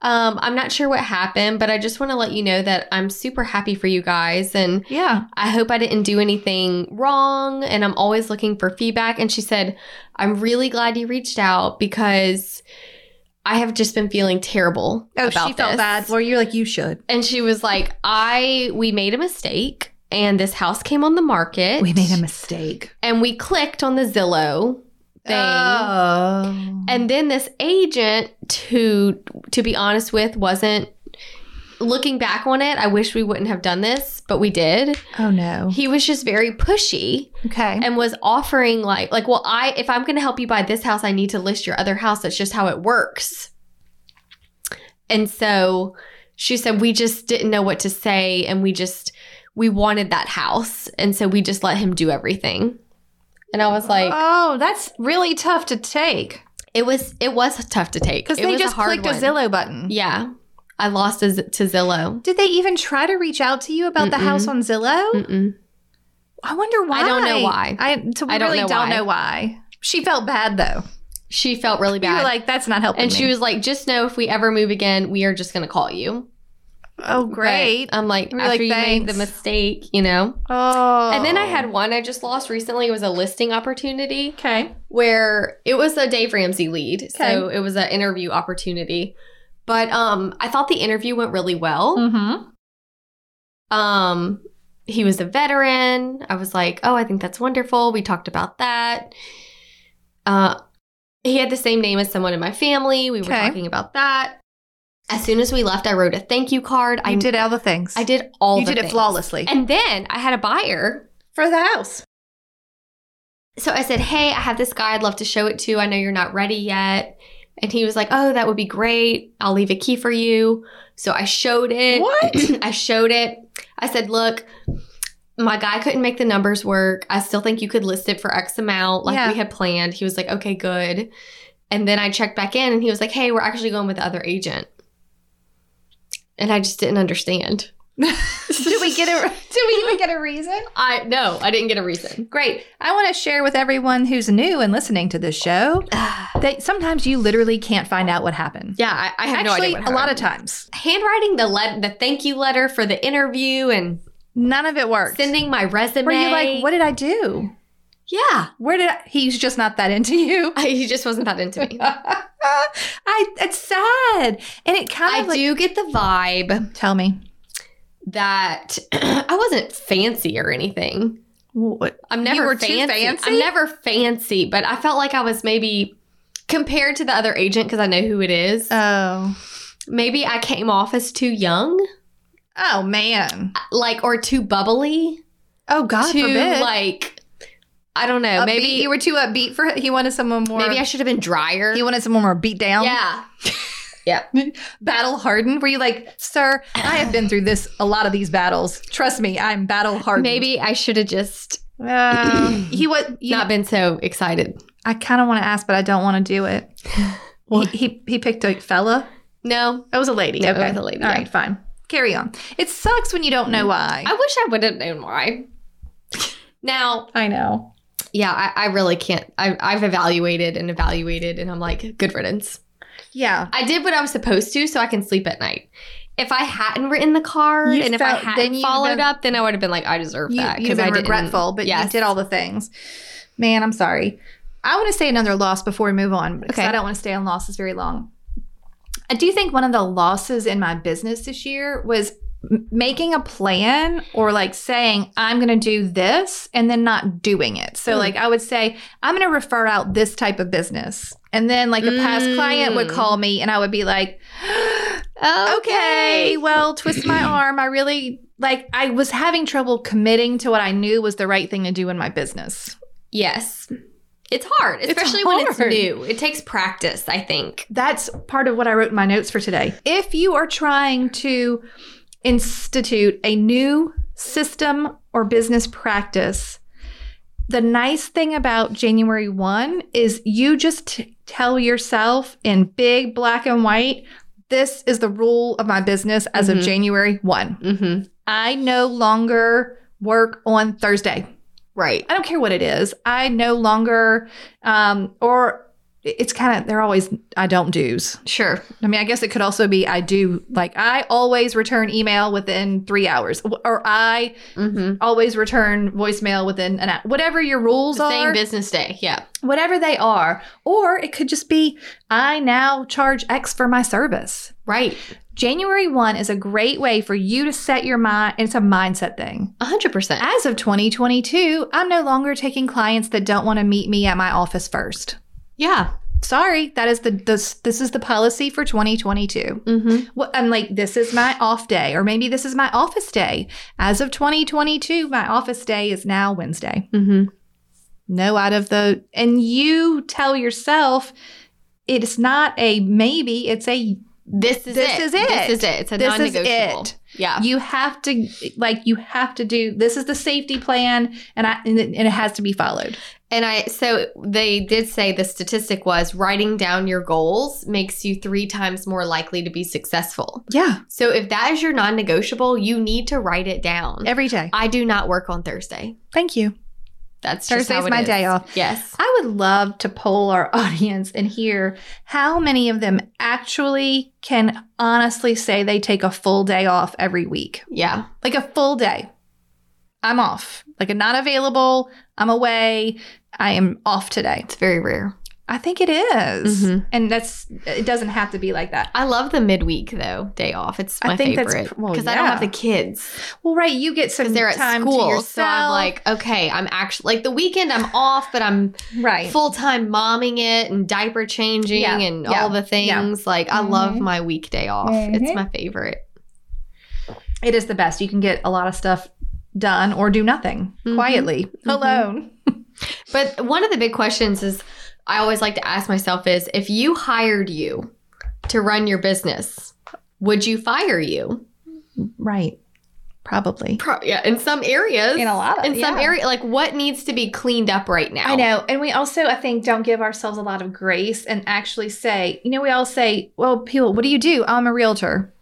[SPEAKER 4] um, I'm not sure what happened, but I just want to let you know that I'm super happy for you guys, and
[SPEAKER 3] Yeah.
[SPEAKER 4] I hope I didn't do anything wrong. And I'm always looking for feedback." And she said, "I'm really glad you reached out because." I have just been feeling terrible.
[SPEAKER 3] Oh,
[SPEAKER 4] about
[SPEAKER 3] she felt
[SPEAKER 4] this."
[SPEAKER 3] bad for you. Like you should.
[SPEAKER 4] and she was like, "I we made a mistake, and this house came on the market.
[SPEAKER 3] mistake.
[SPEAKER 4] and we clicked on the Zillow thing,
[SPEAKER 3] Oh.
[SPEAKER 4] and then this agent, who to be honest with, wasn't looking back on it. I wish we wouldn't have done this, but we did.
[SPEAKER 3] oh no.
[SPEAKER 4] He was just very pushy
[SPEAKER 3] Okay.
[SPEAKER 4] and was offering like, like, well, I if I'm going to help you buy this house, I need to list your other house. That's just how it works. And so she said, we just didn't know what to say, and we just we wanted that house, and so we just let him do everything. And I was like,
[SPEAKER 3] oh, that's really tough to take
[SPEAKER 4] it was it was tough to take
[SPEAKER 3] because
[SPEAKER 4] It
[SPEAKER 3] they
[SPEAKER 4] was
[SPEAKER 3] just clicked
[SPEAKER 4] one.
[SPEAKER 3] a Zillow button.
[SPEAKER 4] Yeah, I lost a, Z- to Zillow.
[SPEAKER 3] Did they even try to reach out to you about the
[SPEAKER 4] Mm-mm.
[SPEAKER 3] house on Zillow?
[SPEAKER 4] Mm-mm.
[SPEAKER 3] I wonder why.
[SPEAKER 4] I don't know why.
[SPEAKER 3] I, to,
[SPEAKER 4] I don't
[SPEAKER 3] really
[SPEAKER 4] know why.
[SPEAKER 3] don't know why. She felt bad though.
[SPEAKER 4] She felt really
[SPEAKER 3] You were
[SPEAKER 4] bad,
[SPEAKER 3] like, that's not helping.
[SPEAKER 4] and she
[SPEAKER 3] me."
[SPEAKER 4] was like, "Just know if we ever move again, we are just going to call you."
[SPEAKER 3] oh
[SPEAKER 4] But
[SPEAKER 3] great.
[SPEAKER 4] I'm like,
[SPEAKER 3] We were
[SPEAKER 4] after
[SPEAKER 3] like,
[SPEAKER 4] you made the
[SPEAKER 3] "Thanks."
[SPEAKER 4] mistake, you know.
[SPEAKER 3] oh.
[SPEAKER 4] And then I had one I just lost recently. It was a listing opportunity
[SPEAKER 3] okay.
[SPEAKER 4] where it was a Dave Ramsey lead, so
[SPEAKER 3] Okay.
[SPEAKER 4] it was an interview opportunity. But um, I thought the interview went really well.
[SPEAKER 3] Mm-hmm.
[SPEAKER 4] Um, he was a veteran. I was like, oh, I think that's wonderful. We talked about that. Uh, he had the same name as someone in my family. We were
[SPEAKER 3] Okay.
[SPEAKER 4] talking about that. As soon as we left, I wrote a thank you card. I
[SPEAKER 3] You did all the things.
[SPEAKER 4] I did all.
[SPEAKER 3] You
[SPEAKER 4] the
[SPEAKER 3] did it
[SPEAKER 4] things.
[SPEAKER 3] flawlessly
[SPEAKER 4] And then I had a buyer.
[SPEAKER 3] for the house.
[SPEAKER 4] So I said, hey, I have this guy. I'd love to show it to. I know you're not ready yet. And he was like, oh, that would be great. I'll leave a key for you. So I showed it. I showed it. I said, look, my guy couldn't make the numbers work. I still think you could list it for X amount, like
[SPEAKER 3] Yeah.
[SPEAKER 4] we had planned. He was like, okay, good. And then I checked back in and he was like, hey, we're actually going with the other agent. And I just didn't understand.
[SPEAKER 3] Did we get a? Did we even get a reason?
[SPEAKER 4] I no, I didn't get a reason.
[SPEAKER 3] Great. I want to share with everyone who's new and listening to this show that sometimes you literally can't find out what happened.
[SPEAKER 4] Yeah, I, I had
[SPEAKER 3] Actually,
[SPEAKER 4] no idea.
[SPEAKER 3] a lot
[SPEAKER 4] of.
[SPEAKER 3] of times,
[SPEAKER 4] handwriting the le- the thank you letter for the interview and
[SPEAKER 3] none of it worked.
[SPEAKER 4] sending my resume.
[SPEAKER 3] Were you like, what did I do?
[SPEAKER 4] Yeah,
[SPEAKER 3] Where did I? He's just not that into you.
[SPEAKER 4] I, he just wasn't that into me.
[SPEAKER 3] I. It's sad, and it kind
[SPEAKER 4] I
[SPEAKER 3] of like.
[SPEAKER 4] do get the vibe
[SPEAKER 3] Tell me.
[SPEAKER 4] that I wasn't fancy or anything.
[SPEAKER 3] What?
[SPEAKER 4] I'm never
[SPEAKER 3] were too
[SPEAKER 4] fancy.
[SPEAKER 3] fancy?
[SPEAKER 4] I'm never fancy, but I felt like I was maybe compared to the other agent because I know who it is.
[SPEAKER 3] Oh.
[SPEAKER 4] maybe I came off as too young,
[SPEAKER 3] Oh man.
[SPEAKER 4] like or too bubbly,
[SPEAKER 3] Oh God
[SPEAKER 4] too
[SPEAKER 3] forbid.
[SPEAKER 4] like I don't know.
[SPEAKER 3] Upbeat.
[SPEAKER 4] maybe
[SPEAKER 3] you were too upbeat for. He wanted someone more.
[SPEAKER 4] maybe I should have been drier.
[SPEAKER 3] He wanted someone more beat down.
[SPEAKER 4] yeah.
[SPEAKER 2] Yeah.
[SPEAKER 3] battle hardened? Were you like, sir, I have been through this a lot of these battles. Trust me, I'm battle hardened.
[SPEAKER 4] Maybe I should have just
[SPEAKER 3] Uh, he was. You
[SPEAKER 4] not been so excited.
[SPEAKER 3] I kind of want to ask, but I don't want to do it. he,
[SPEAKER 4] What?
[SPEAKER 3] he he picked a fella.
[SPEAKER 4] No,
[SPEAKER 3] It was a lady.
[SPEAKER 4] No, it
[SPEAKER 3] okay,
[SPEAKER 4] was a lady,
[SPEAKER 3] All
[SPEAKER 4] yeah. Mm.
[SPEAKER 3] right, fine. Carry on. It sucks when you don't know why.
[SPEAKER 4] I wish I would have known why. Now,
[SPEAKER 1] I know.
[SPEAKER 4] yeah, I, I really can't. I, I've evaluated and evaluated, and I'm like, good riddance.
[SPEAKER 3] yeah.
[SPEAKER 4] I did what I was supposed to, so I can sleep at night. If I hadn't written the card,
[SPEAKER 3] You
[SPEAKER 4] and if I
[SPEAKER 3] felt- then
[SPEAKER 4] hadn't
[SPEAKER 3] you'd
[SPEAKER 4] followed
[SPEAKER 3] been-
[SPEAKER 4] up, then I would have been like, I deserve
[SPEAKER 3] You,
[SPEAKER 4] that
[SPEAKER 3] you've
[SPEAKER 4] I
[SPEAKER 3] been
[SPEAKER 4] didn't-
[SPEAKER 3] regretful, but you
[SPEAKER 4] Yes.
[SPEAKER 3] did all the things. Man, I'm sorry. I want to say another loss before we move on because
[SPEAKER 4] Okay.
[SPEAKER 3] I don't want to stay on losses very long. I do think one of the losses in my business this year was m- making a plan or like saying I'm going to do this and then not doing it. So
[SPEAKER 4] Hmm.
[SPEAKER 3] like I would say I'm going to refer out this type of business. And then like a past client would
[SPEAKER 4] Mm.
[SPEAKER 3] call me and I would be like okay,
[SPEAKER 4] Okay.
[SPEAKER 3] well, twist my arm. I really like I was having trouble committing to what I knew was the right thing to do in my business.
[SPEAKER 4] Yes. It's hard, especially when it's
[SPEAKER 3] hard.
[SPEAKER 4] new. It takes practice, I think.
[SPEAKER 3] That's part of what I wrote in my notes for today. If you are trying to institute a new system or business practice, the nice thing about January 1 is you just t- tell yourself in big black and white, this is the rule of my business as
[SPEAKER 4] Mhm.
[SPEAKER 3] of January 1.
[SPEAKER 4] Mm-hmm.
[SPEAKER 3] I no longer work on Thursday.
[SPEAKER 4] Right.
[SPEAKER 3] I don't care what it is. I no longer, um, or it's kind of, they're always I don't do's.
[SPEAKER 4] Sure.
[SPEAKER 3] I mean, I guess it could also be I do, like I always return email within three hours, or I
[SPEAKER 4] Mm-hmm.
[SPEAKER 3] always return voicemail within an hour, whatever your rules
[SPEAKER 4] The
[SPEAKER 3] are
[SPEAKER 4] same business day. Yeah.
[SPEAKER 3] whatever they are. Or it could just be, I now charge X for my service.
[SPEAKER 4] Right.
[SPEAKER 3] January 1 is a great way for you to set your mind. It's a mindset thing.
[SPEAKER 4] A hundred percent.
[SPEAKER 3] As of 2022, I'm no longer taking clients that don't want to meet me at my office first.
[SPEAKER 4] Yeah.
[SPEAKER 3] Sorry, that is the this, this is the policy for 2022.
[SPEAKER 4] Mm-hmm.
[SPEAKER 3] What, I'm like, this is my off day, or maybe this is my office day. As of 2022, my office day is now Wednesday
[SPEAKER 4] Mm-hmm.
[SPEAKER 3] no out of the and you tell yourself it's not a maybe it's a
[SPEAKER 4] This is
[SPEAKER 3] This
[SPEAKER 4] it.
[SPEAKER 3] is it.
[SPEAKER 4] This is it. It's a
[SPEAKER 3] This is
[SPEAKER 4] non-negotiable.
[SPEAKER 3] it.
[SPEAKER 4] Yeah.
[SPEAKER 3] you have to like you have to do this is the safety plan and i and it, and it has to be followed
[SPEAKER 4] And I so they did say the statistic was writing down your goals makes you three times more likely to be successful.
[SPEAKER 3] yeah
[SPEAKER 4] So if that is your non-negotiable, you need to write it down.
[SPEAKER 3] every day
[SPEAKER 4] I do not work on Thursday.
[SPEAKER 3] thank you
[SPEAKER 4] That's just
[SPEAKER 3] Thursday's
[SPEAKER 4] how it
[SPEAKER 3] my
[SPEAKER 4] is.
[SPEAKER 3] day off.
[SPEAKER 4] Yes.
[SPEAKER 3] i would love to poll our audience and hear how many of them actually can honestly say they take a full day off every week
[SPEAKER 4] Yeah.
[SPEAKER 3] like a full day. I'm off. Like I'm not available. I'm away. I am off today.
[SPEAKER 4] It's very rare.
[SPEAKER 3] I think it is.
[SPEAKER 4] Mhm.
[SPEAKER 3] And that's it doesn't have to be like that.
[SPEAKER 4] I love the midweek though day off. It's
[SPEAKER 3] I
[SPEAKER 4] my
[SPEAKER 3] think that's
[SPEAKER 4] favorite
[SPEAKER 3] pr- well,
[SPEAKER 4] I don't
[SPEAKER 3] yeah.
[SPEAKER 4] have the kids
[SPEAKER 3] Well, right, you get some
[SPEAKER 4] because they're at
[SPEAKER 3] time to
[SPEAKER 4] school.
[SPEAKER 3] yourself.
[SPEAKER 4] So I'm like, okay, I'm actually like the weekend I'm off, but I'm
[SPEAKER 3] right.
[SPEAKER 4] full time momming it and diaper changing
[SPEAKER 3] Yeah.
[SPEAKER 4] and
[SPEAKER 3] Yeah.
[SPEAKER 4] all the things. Like I love my weekday off. It's
[SPEAKER 1] Mhm.
[SPEAKER 4] my favorite.
[SPEAKER 3] it is the best. You can get a lot of stuff done or do nothing
[SPEAKER 4] Mhm.
[SPEAKER 3] quietly alone.
[SPEAKER 4] But one of the big questions is I always like to ask myself is if you hired you to run your business, would you fire you?
[SPEAKER 3] Right. Probably.
[SPEAKER 4] Pro- yeah, in some areas.
[SPEAKER 3] In a lot of-
[SPEAKER 4] In some
[SPEAKER 3] yeah.
[SPEAKER 4] area, like what needs to be cleaned up right now?
[SPEAKER 3] I know. And we also, I think, don't give ourselves a lot of grace and actually say, you know, we all say, well, people, what do you do? I'm a realtor.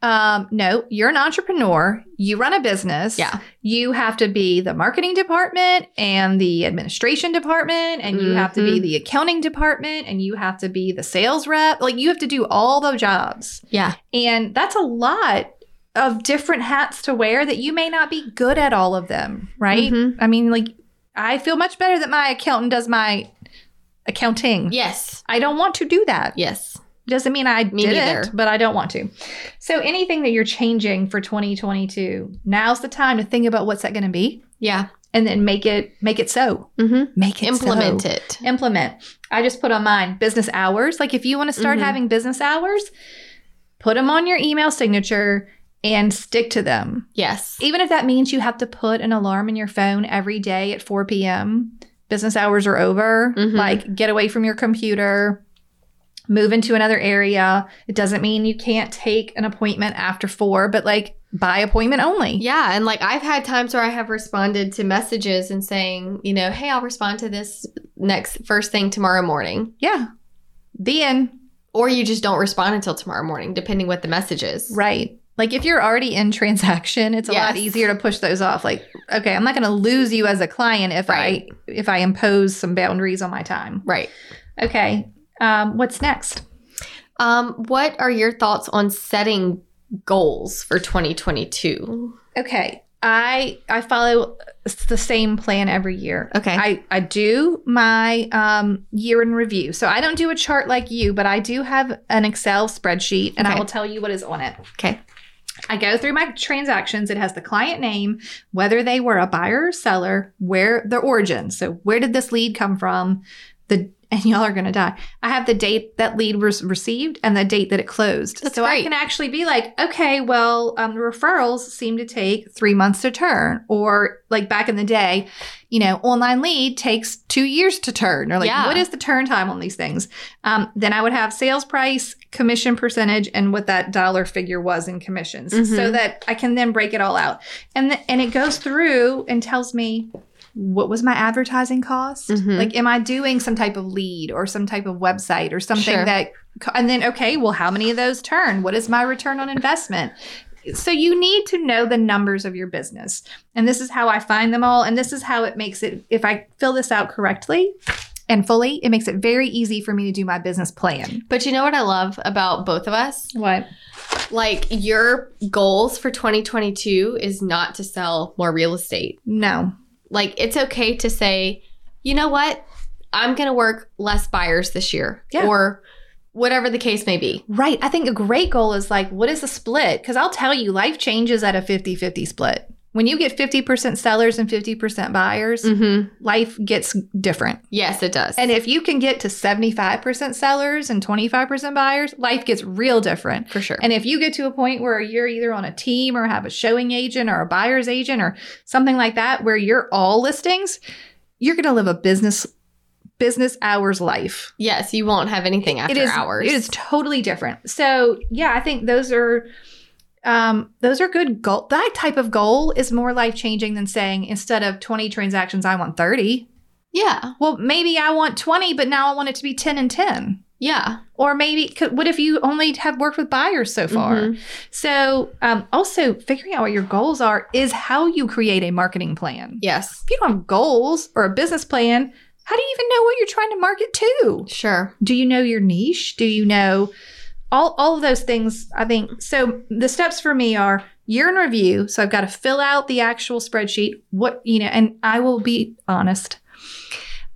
[SPEAKER 3] Um, no, you're an entrepreneur. You run a business.
[SPEAKER 4] Yeah.
[SPEAKER 3] You have to be the marketing department and the administration department, and you have to be
[SPEAKER 4] Mhm.
[SPEAKER 3] the accounting department, and you have to be the sales rep. Like, you have to do all the jobs.
[SPEAKER 4] Yeah.
[SPEAKER 3] And that's a lot of different hats to wear that you may not be good at all of them, right?
[SPEAKER 4] Mhm.
[SPEAKER 3] I mean, like, I feel much better that my accountant does my accounting.
[SPEAKER 4] Yes.
[SPEAKER 3] I don't want to do that.
[SPEAKER 4] Yes.
[SPEAKER 3] Doesn't mean I
[SPEAKER 4] Me
[SPEAKER 3] didn't,
[SPEAKER 4] neither.
[SPEAKER 3] but I don't want to. So anything that you're changing for 2022, now's the time to think about what's that going to be,
[SPEAKER 4] Yeah.
[SPEAKER 3] and then make it make it so
[SPEAKER 4] hmm
[SPEAKER 3] make it
[SPEAKER 4] Implement
[SPEAKER 3] so.
[SPEAKER 4] it.
[SPEAKER 3] Implement. I just put on mine business hours. Like if you want to start
[SPEAKER 4] Mhm.
[SPEAKER 3] having business hours, put them on your email signature and stick to them.
[SPEAKER 4] Yes.
[SPEAKER 3] Even if that means you have to put an alarm in your phone every day at 4 p.m., business hours are over,
[SPEAKER 4] Mhm.
[SPEAKER 3] like get away from your computer, move into another area. It doesn't mean you can't take an appointment after four, but like by appointment only.
[SPEAKER 4] Yeah, and like I've had times where I have responded to messages and saying, you know, hey, I'll respond to this next first thing tomorrow morning.
[SPEAKER 3] Yeah. The end.
[SPEAKER 4] Or you just don't respond until tomorrow morning, depending what the message is.
[SPEAKER 3] Right. Like if you're already in transaction, it's a lot
[SPEAKER 4] Yes.
[SPEAKER 3] easier to push those off. Like, okay, I'm not going to lose you as a client if
[SPEAKER 4] Right.
[SPEAKER 3] I if I impose some boundaries on my time.
[SPEAKER 4] Right.
[SPEAKER 3] Okay. Um, what's next?
[SPEAKER 4] Um, what are your thoughts on setting goals for 2022?
[SPEAKER 3] Okay. I I follow s- the same plan every year.
[SPEAKER 4] Okay.
[SPEAKER 3] I, I do my um, year in review. So I don't do a chart like you, but I do have an Excel spreadsheet and I
[SPEAKER 4] Okay.
[SPEAKER 3] will tell you what is on it.
[SPEAKER 4] Okay.
[SPEAKER 3] I go through my transactions. It has the client name, whether they were a buyer or seller, where their origin. So where did this lead come from? The and y'all are gonna die. I have the date that lead was received and the date that it closed.
[SPEAKER 4] That's
[SPEAKER 3] so I
[SPEAKER 4] great.
[SPEAKER 3] can actually be like, okay, well, um, referrals seem to take three months to turn, or like back in the day, you know, online lead takes two years to turn, or like,
[SPEAKER 4] Yeah.
[SPEAKER 3] what is the turn time on these things? Um, then I would have sales price, commission percentage, and what that dollar figure was in commissions, so
[SPEAKER 4] Mhm.
[SPEAKER 3] that I can then break it all out, and th- and it goes through and tells me what was my advertising cost,
[SPEAKER 4] Mhm.
[SPEAKER 3] like, am I doing some type of lead or some type of website or something
[SPEAKER 4] Sure.
[SPEAKER 3] that, and then okay, well, how many of those turn? What is my return on investment? So you need to know the numbers of your business. And this is how I find them all. And this is how it makes it, if I fill this out correctly and fully, it makes it very easy for me to do my business plan.
[SPEAKER 4] But you know what I love about both of us?
[SPEAKER 3] What?
[SPEAKER 4] Like your goals for 2022 is not to sell more real estate.
[SPEAKER 3] No.
[SPEAKER 4] Like it's okay to say, you know what? I'm going to work less buyers this year
[SPEAKER 3] Yeah.
[SPEAKER 4] or whatever the case may be.
[SPEAKER 3] Right. I think a great goal is like, what is the split? Because I'll tell you, life changes at a 50 50 split. When you get 50% sellers and 50% buyers,
[SPEAKER 4] Mm-hmm.
[SPEAKER 3] life gets different.
[SPEAKER 4] Yes, it does.
[SPEAKER 3] And if you can get to 75% sellers and 25% buyers, life gets real different.
[SPEAKER 4] for sure.
[SPEAKER 3] And if you get to a point where you're either on a team or have a showing agent or a buyer's agent or something like that where you're all listings, you're going to live a business business hours life.
[SPEAKER 4] yes, you won't have anything after
[SPEAKER 3] it is
[SPEAKER 4] hours.
[SPEAKER 3] It is totally different. So, yeah, I think those are um those are good goal. That type of goal is more life-changing than saying instead of 20 transactions I want 30.
[SPEAKER 4] Yeah.
[SPEAKER 3] Well, maybe I want 20, but now I want it to be 10 and 10.
[SPEAKER 4] Yeah.
[SPEAKER 3] Or maybe could, what if you only have worked with buyers so far?
[SPEAKER 4] Mhm.
[SPEAKER 3] So, um, also figuring out what your goals are is how you create a marketing plan.
[SPEAKER 4] Yes.
[SPEAKER 3] If you don't have goals or a business plan, how do you even know what you're trying to market to?
[SPEAKER 4] Sure.
[SPEAKER 3] Do you know your niche? Do you know all, all of those things? I think so. The steps for me are year in review. So I've got to fill out the actual spreadsheet. What, you know, and I will be honest,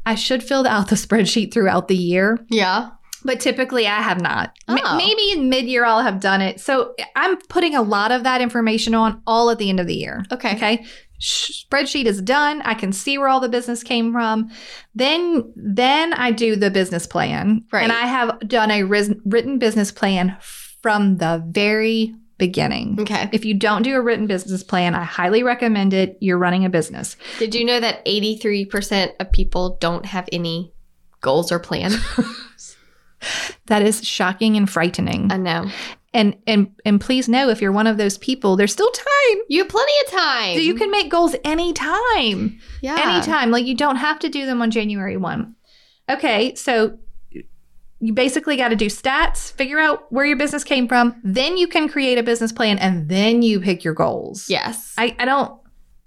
[SPEAKER 3] I should fill out the spreadsheet throughout the year
[SPEAKER 4] Yeah.
[SPEAKER 3] but typically I have not. M-
[SPEAKER 4] Oh.
[SPEAKER 3] maybe in mid year I'll have done it. So I'm putting a lot of that information on all at the end of the year.
[SPEAKER 4] Okay.
[SPEAKER 3] Okay. Sh- Spreadsheet is done. I can see where all the business came from. Then, then I do the business plan,
[SPEAKER 4] Right.
[SPEAKER 3] and I have done a ris- written business plan from the very beginning.
[SPEAKER 4] Okay.
[SPEAKER 3] If you don't do a written business plan, I highly recommend it. You're running a business.
[SPEAKER 4] Did you know that 83% of people don't have any goals or plan?
[SPEAKER 3] That is shocking and frightening.
[SPEAKER 4] I know.
[SPEAKER 3] and and and please know if you're one of those people, there's still time.
[SPEAKER 4] You have plenty of time.
[SPEAKER 3] So you can make goals anytime.
[SPEAKER 4] yeah.
[SPEAKER 3] Anytime. Like you don't have to do them on January 1. Okay, so you basically got to do stats, figure out where your business came from, then you can create a business plan and then you pick your goals.
[SPEAKER 4] Yes.
[SPEAKER 3] I, I don't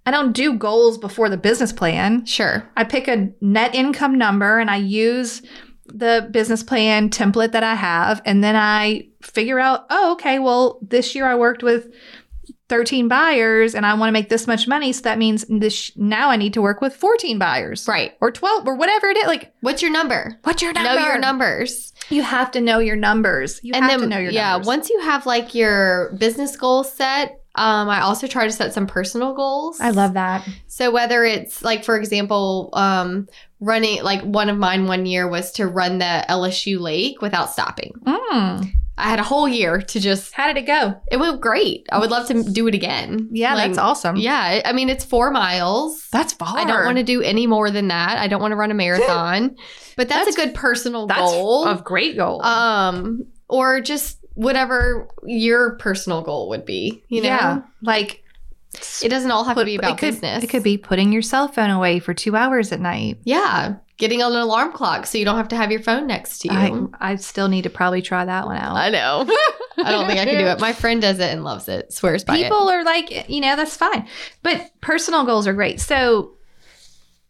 [SPEAKER 3] I don't do goals before the business plan.
[SPEAKER 4] sure.
[SPEAKER 3] I pick a net income number and I use the business plan template that I have. And then I figure out, oh, okay, well, this year I worked with 13 buyers and I want to make this much money. So that means this now I need to work with 14 buyers
[SPEAKER 4] Right.
[SPEAKER 3] or 12 or whatever it is. Like,
[SPEAKER 4] What's your number?
[SPEAKER 3] what's your number?
[SPEAKER 4] Know your numbers.
[SPEAKER 3] You have to know your numbers. You have to know your
[SPEAKER 4] yeah,
[SPEAKER 3] numbers.
[SPEAKER 4] once you have like your business goals set, um, I also try to set some personal goals.
[SPEAKER 3] I love that.
[SPEAKER 4] So whether it's like, for example, um, running like one of mine one year was to run the LSU lake without stopping.
[SPEAKER 3] Mm.
[SPEAKER 4] I had a whole year to just.
[SPEAKER 3] How did it go?
[SPEAKER 4] It went great. I would love to do it again.
[SPEAKER 3] Yeah,
[SPEAKER 4] Like,
[SPEAKER 3] that's awesome.
[SPEAKER 4] Yeah, I- I mean it's four miles.
[SPEAKER 3] That's far.
[SPEAKER 4] I don't want to do any more than that. I don't want to run a marathon, but that's,
[SPEAKER 3] That's-
[SPEAKER 4] a good personal
[SPEAKER 3] That's
[SPEAKER 4] goal.
[SPEAKER 3] of great goal.
[SPEAKER 4] um, or just whatever your personal goal would be. You know,
[SPEAKER 3] Yeah. Like
[SPEAKER 4] it doesn't all have
[SPEAKER 3] put-
[SPEAKER 4] to be about
[SPEAKER 3] it could,
[SPEAKER 4] business.
[SPEAKER 3] It could be putting your cell phone away for two hours at night.
[SPEAKER 4] yeah, getting an alarm clock so you don't have to have your phone next to
[SPEAKER 3] I,
[SPEAKER 4] you.
[SPEAKER 3] I still need to probably try that one out.
[SPEAKER 4] I, know. I don't think I can do it. My friend does it and loves it. Swears by it.
[SPEAKER 3] People are like, you know, that's fine. But personal goals are great. So,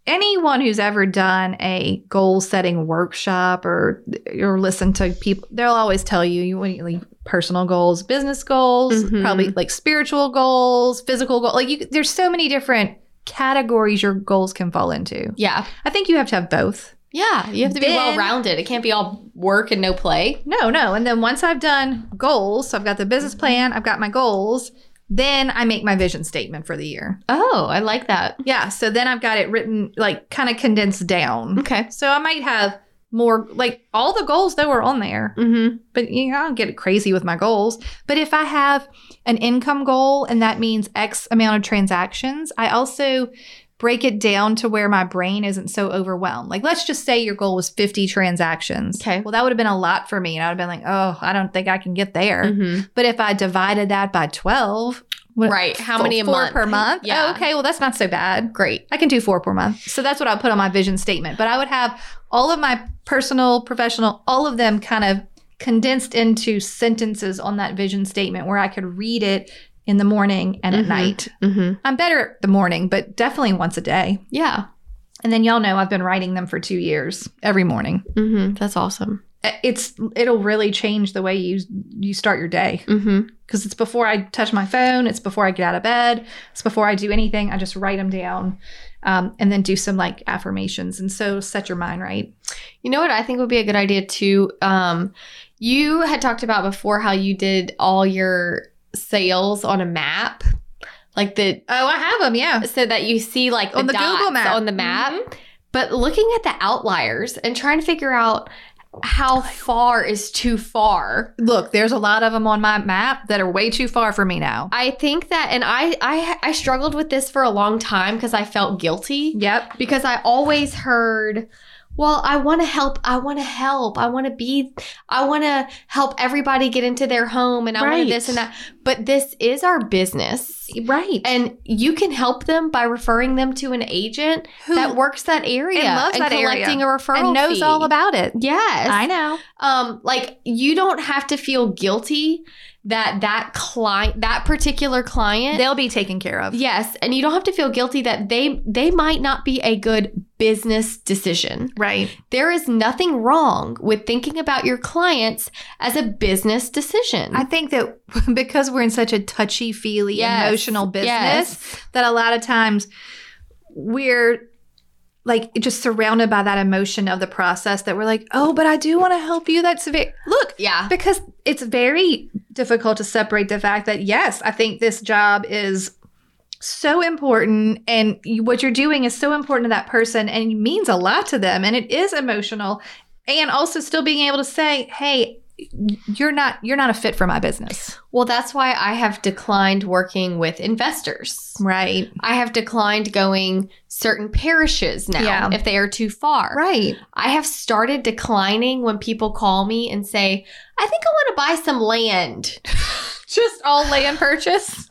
[SPEAKER 3] anyone who's ever done a goal setting workshop or or listened to people, they'll always tell you you want like personal goals, business goals,
[SPEAKER 4] Mhm.
[SPEAKER 3] probably like spiritual goals, physical goals. Like, you, there's so many different categories your goals can fall into.
[SPEAKER 4] Yeah,
[SPEAKER 3] I think you have to have both.
[SPEAKER 4] yeah. You have to be
[SPEAKER 3] Then-
[SPEAKER 4] well rounded. It can't be all work and no play.
[SPEAKER 3] No, no. And then once I've done goals, so I've got the business plan, I've got my goals, then I make my vision statement for the year.
[SPEAKER 4] Oh, I like that.
[SPEAKER 3] Yeah. So then I've got it written, like kind of condensed down.
[SPEAKER 4] Okay.
[SPEAKER 3] So I might have more, like all the goals though are on there,
[SPEAKER 4] Mm-hmm.
[SPEAKER 3] but you know, I don't get crazy with my goals. But if I have an income goal and that means X amount of transactions, I also break it down to where my brain isn't so overwhelmed. Like let's just say your goal was 50 transactions.
[SPEAKER 4] Okay.
[SPEAKER 3] Well, that would have been a lot for me. And I would have been like, oh, I don't think I can get there.
[SPEAKER 4] Mm-hmm.
[SPEAKER 3] But if I divided that by 12, what-
[SPEAKER 4] Right. How
[SPEAKER 3] four-
[SPEAKER 4] many a
[SPEAKER 3] four
[SPEAKER 4] month?
[SPEAKER 3] per month?
[SPEAKER 4] Yeah.
[SPEAKER 3] Oh, okay. Well, that's not so bad.
[SPEAKER 4] Great.
[SPEAKER 3] I can do four per month. So that's what I put on my vision statement. But I would have all of my personal, professional, all of them kind of condensed into sentences on that vision statement where I could read it in the morning and
[SPEAKER 4] Mhm.
[SPEAKER 3] at night.
[SPEAKER 4] Mm-hmm.
[SPEAKER 3] I'm better at the morning, but definitely once a day.
[SPEAKER 4] Yeah.
[SPEAKER 3] And then y'all know I've been writing them for two years every morning. Uh,
[SPEAKER 4] Mm-hmm. That's awesome.
[SPEAKER 3] It's it'll really change the way you you start your day
[SPEAKER 4] Mm-hmm.
[SPEAKER 3] because it's before I touch my phone, it's before I get out of bed, it's before I do anything. I just write them down um, and then do some like affirmations. And so set your mind right.
[SPEAKER 4] You know what I think would be a good idea too? Um, you had talked about before how you did all your sales on a map, like the
[SPEAKER 3] Oh, I have them. Yeah.
[SPEAKER 4] so that you see like
[SPEAKER 3] On the Google
[SPEAKER 4] dots
[SPEAKER 3] map. Mm-hmm.
[SPEAKER 4] on the map. But looking at the outliers and trying to figure out how far is too far
[SPEAKER 3] Look, there's a lot of them on my map that are way too far for me now.
[SPEAKER 4] I think that, and I I, I struggled with this for a long time because I felt guilty
[SPEAKER 3] Yep.
[SPEAKER 4] because I always heard, well, I want to help, I want to help, I want to be, I want to help everybody get into their home, and I want
[SPEAKER 3] Right.
[SPEAKER 4] want this and that. But this is our business,
[SPEAKER 3] Right. And
[SPEAKER 4] and you can help them by referring them to an agent
[SPEAKER 3] who
[SPEAKER 4] that works that area
[SPEAKER 3] And loves that area.
[SPEAKER 4] collecting a referral
[SPEAKER 3] and knows
[SPEAKER 4] fee.
[SPEAKER 3] all about it.
[SPEAKER 4] Yes,
[SPEAKER 3] I know.
[SPEAKER 4] um like you don't have to feel guilty that that client that particular client
[SPEAKER 3] They'll be taken care of.
[SPEAKER 4] yes and you don't have to feel guilty that they they might not be a good business decision
[SPEAKER 3] Right.
[SPEAKER 4] there is nothing wrong with thinking about your clients as a business decision
[SPEAKER 3] I think that because we're in such a touchy feely
[SPEAKER 4] Yes.
[SPEAKER 3] emotional business,
[SPEAKER 4] Yes.
[SPEAKER 3] that a lot of times we're like just surrounded by that emotion of the process that we're like, oh, but I do want to help you. That's very, look,
[SPEAKER 4] yeah
[SPEAKER 3] because it's very difficult to separate the fact that, yes, I think this job is so important and you, what you're doing is so important to that person and it means a lot to them and it is emotional and also still being able to say hey you're not you're not a fit for my business
[SPEAKER 4] well that's why i have declined working with investors
[SPEAKER 3] right
[SPEAKER 4] i have declined going certain parishes now
[SPEAKER 3] Yeah.
[SPEAKER 4] if they are too far
[SPEAKER 3] right
[SPEAKER 4] I have started declining when people call me and say, I think I want to buy some land.
[SPEAKER 3] just all land purchase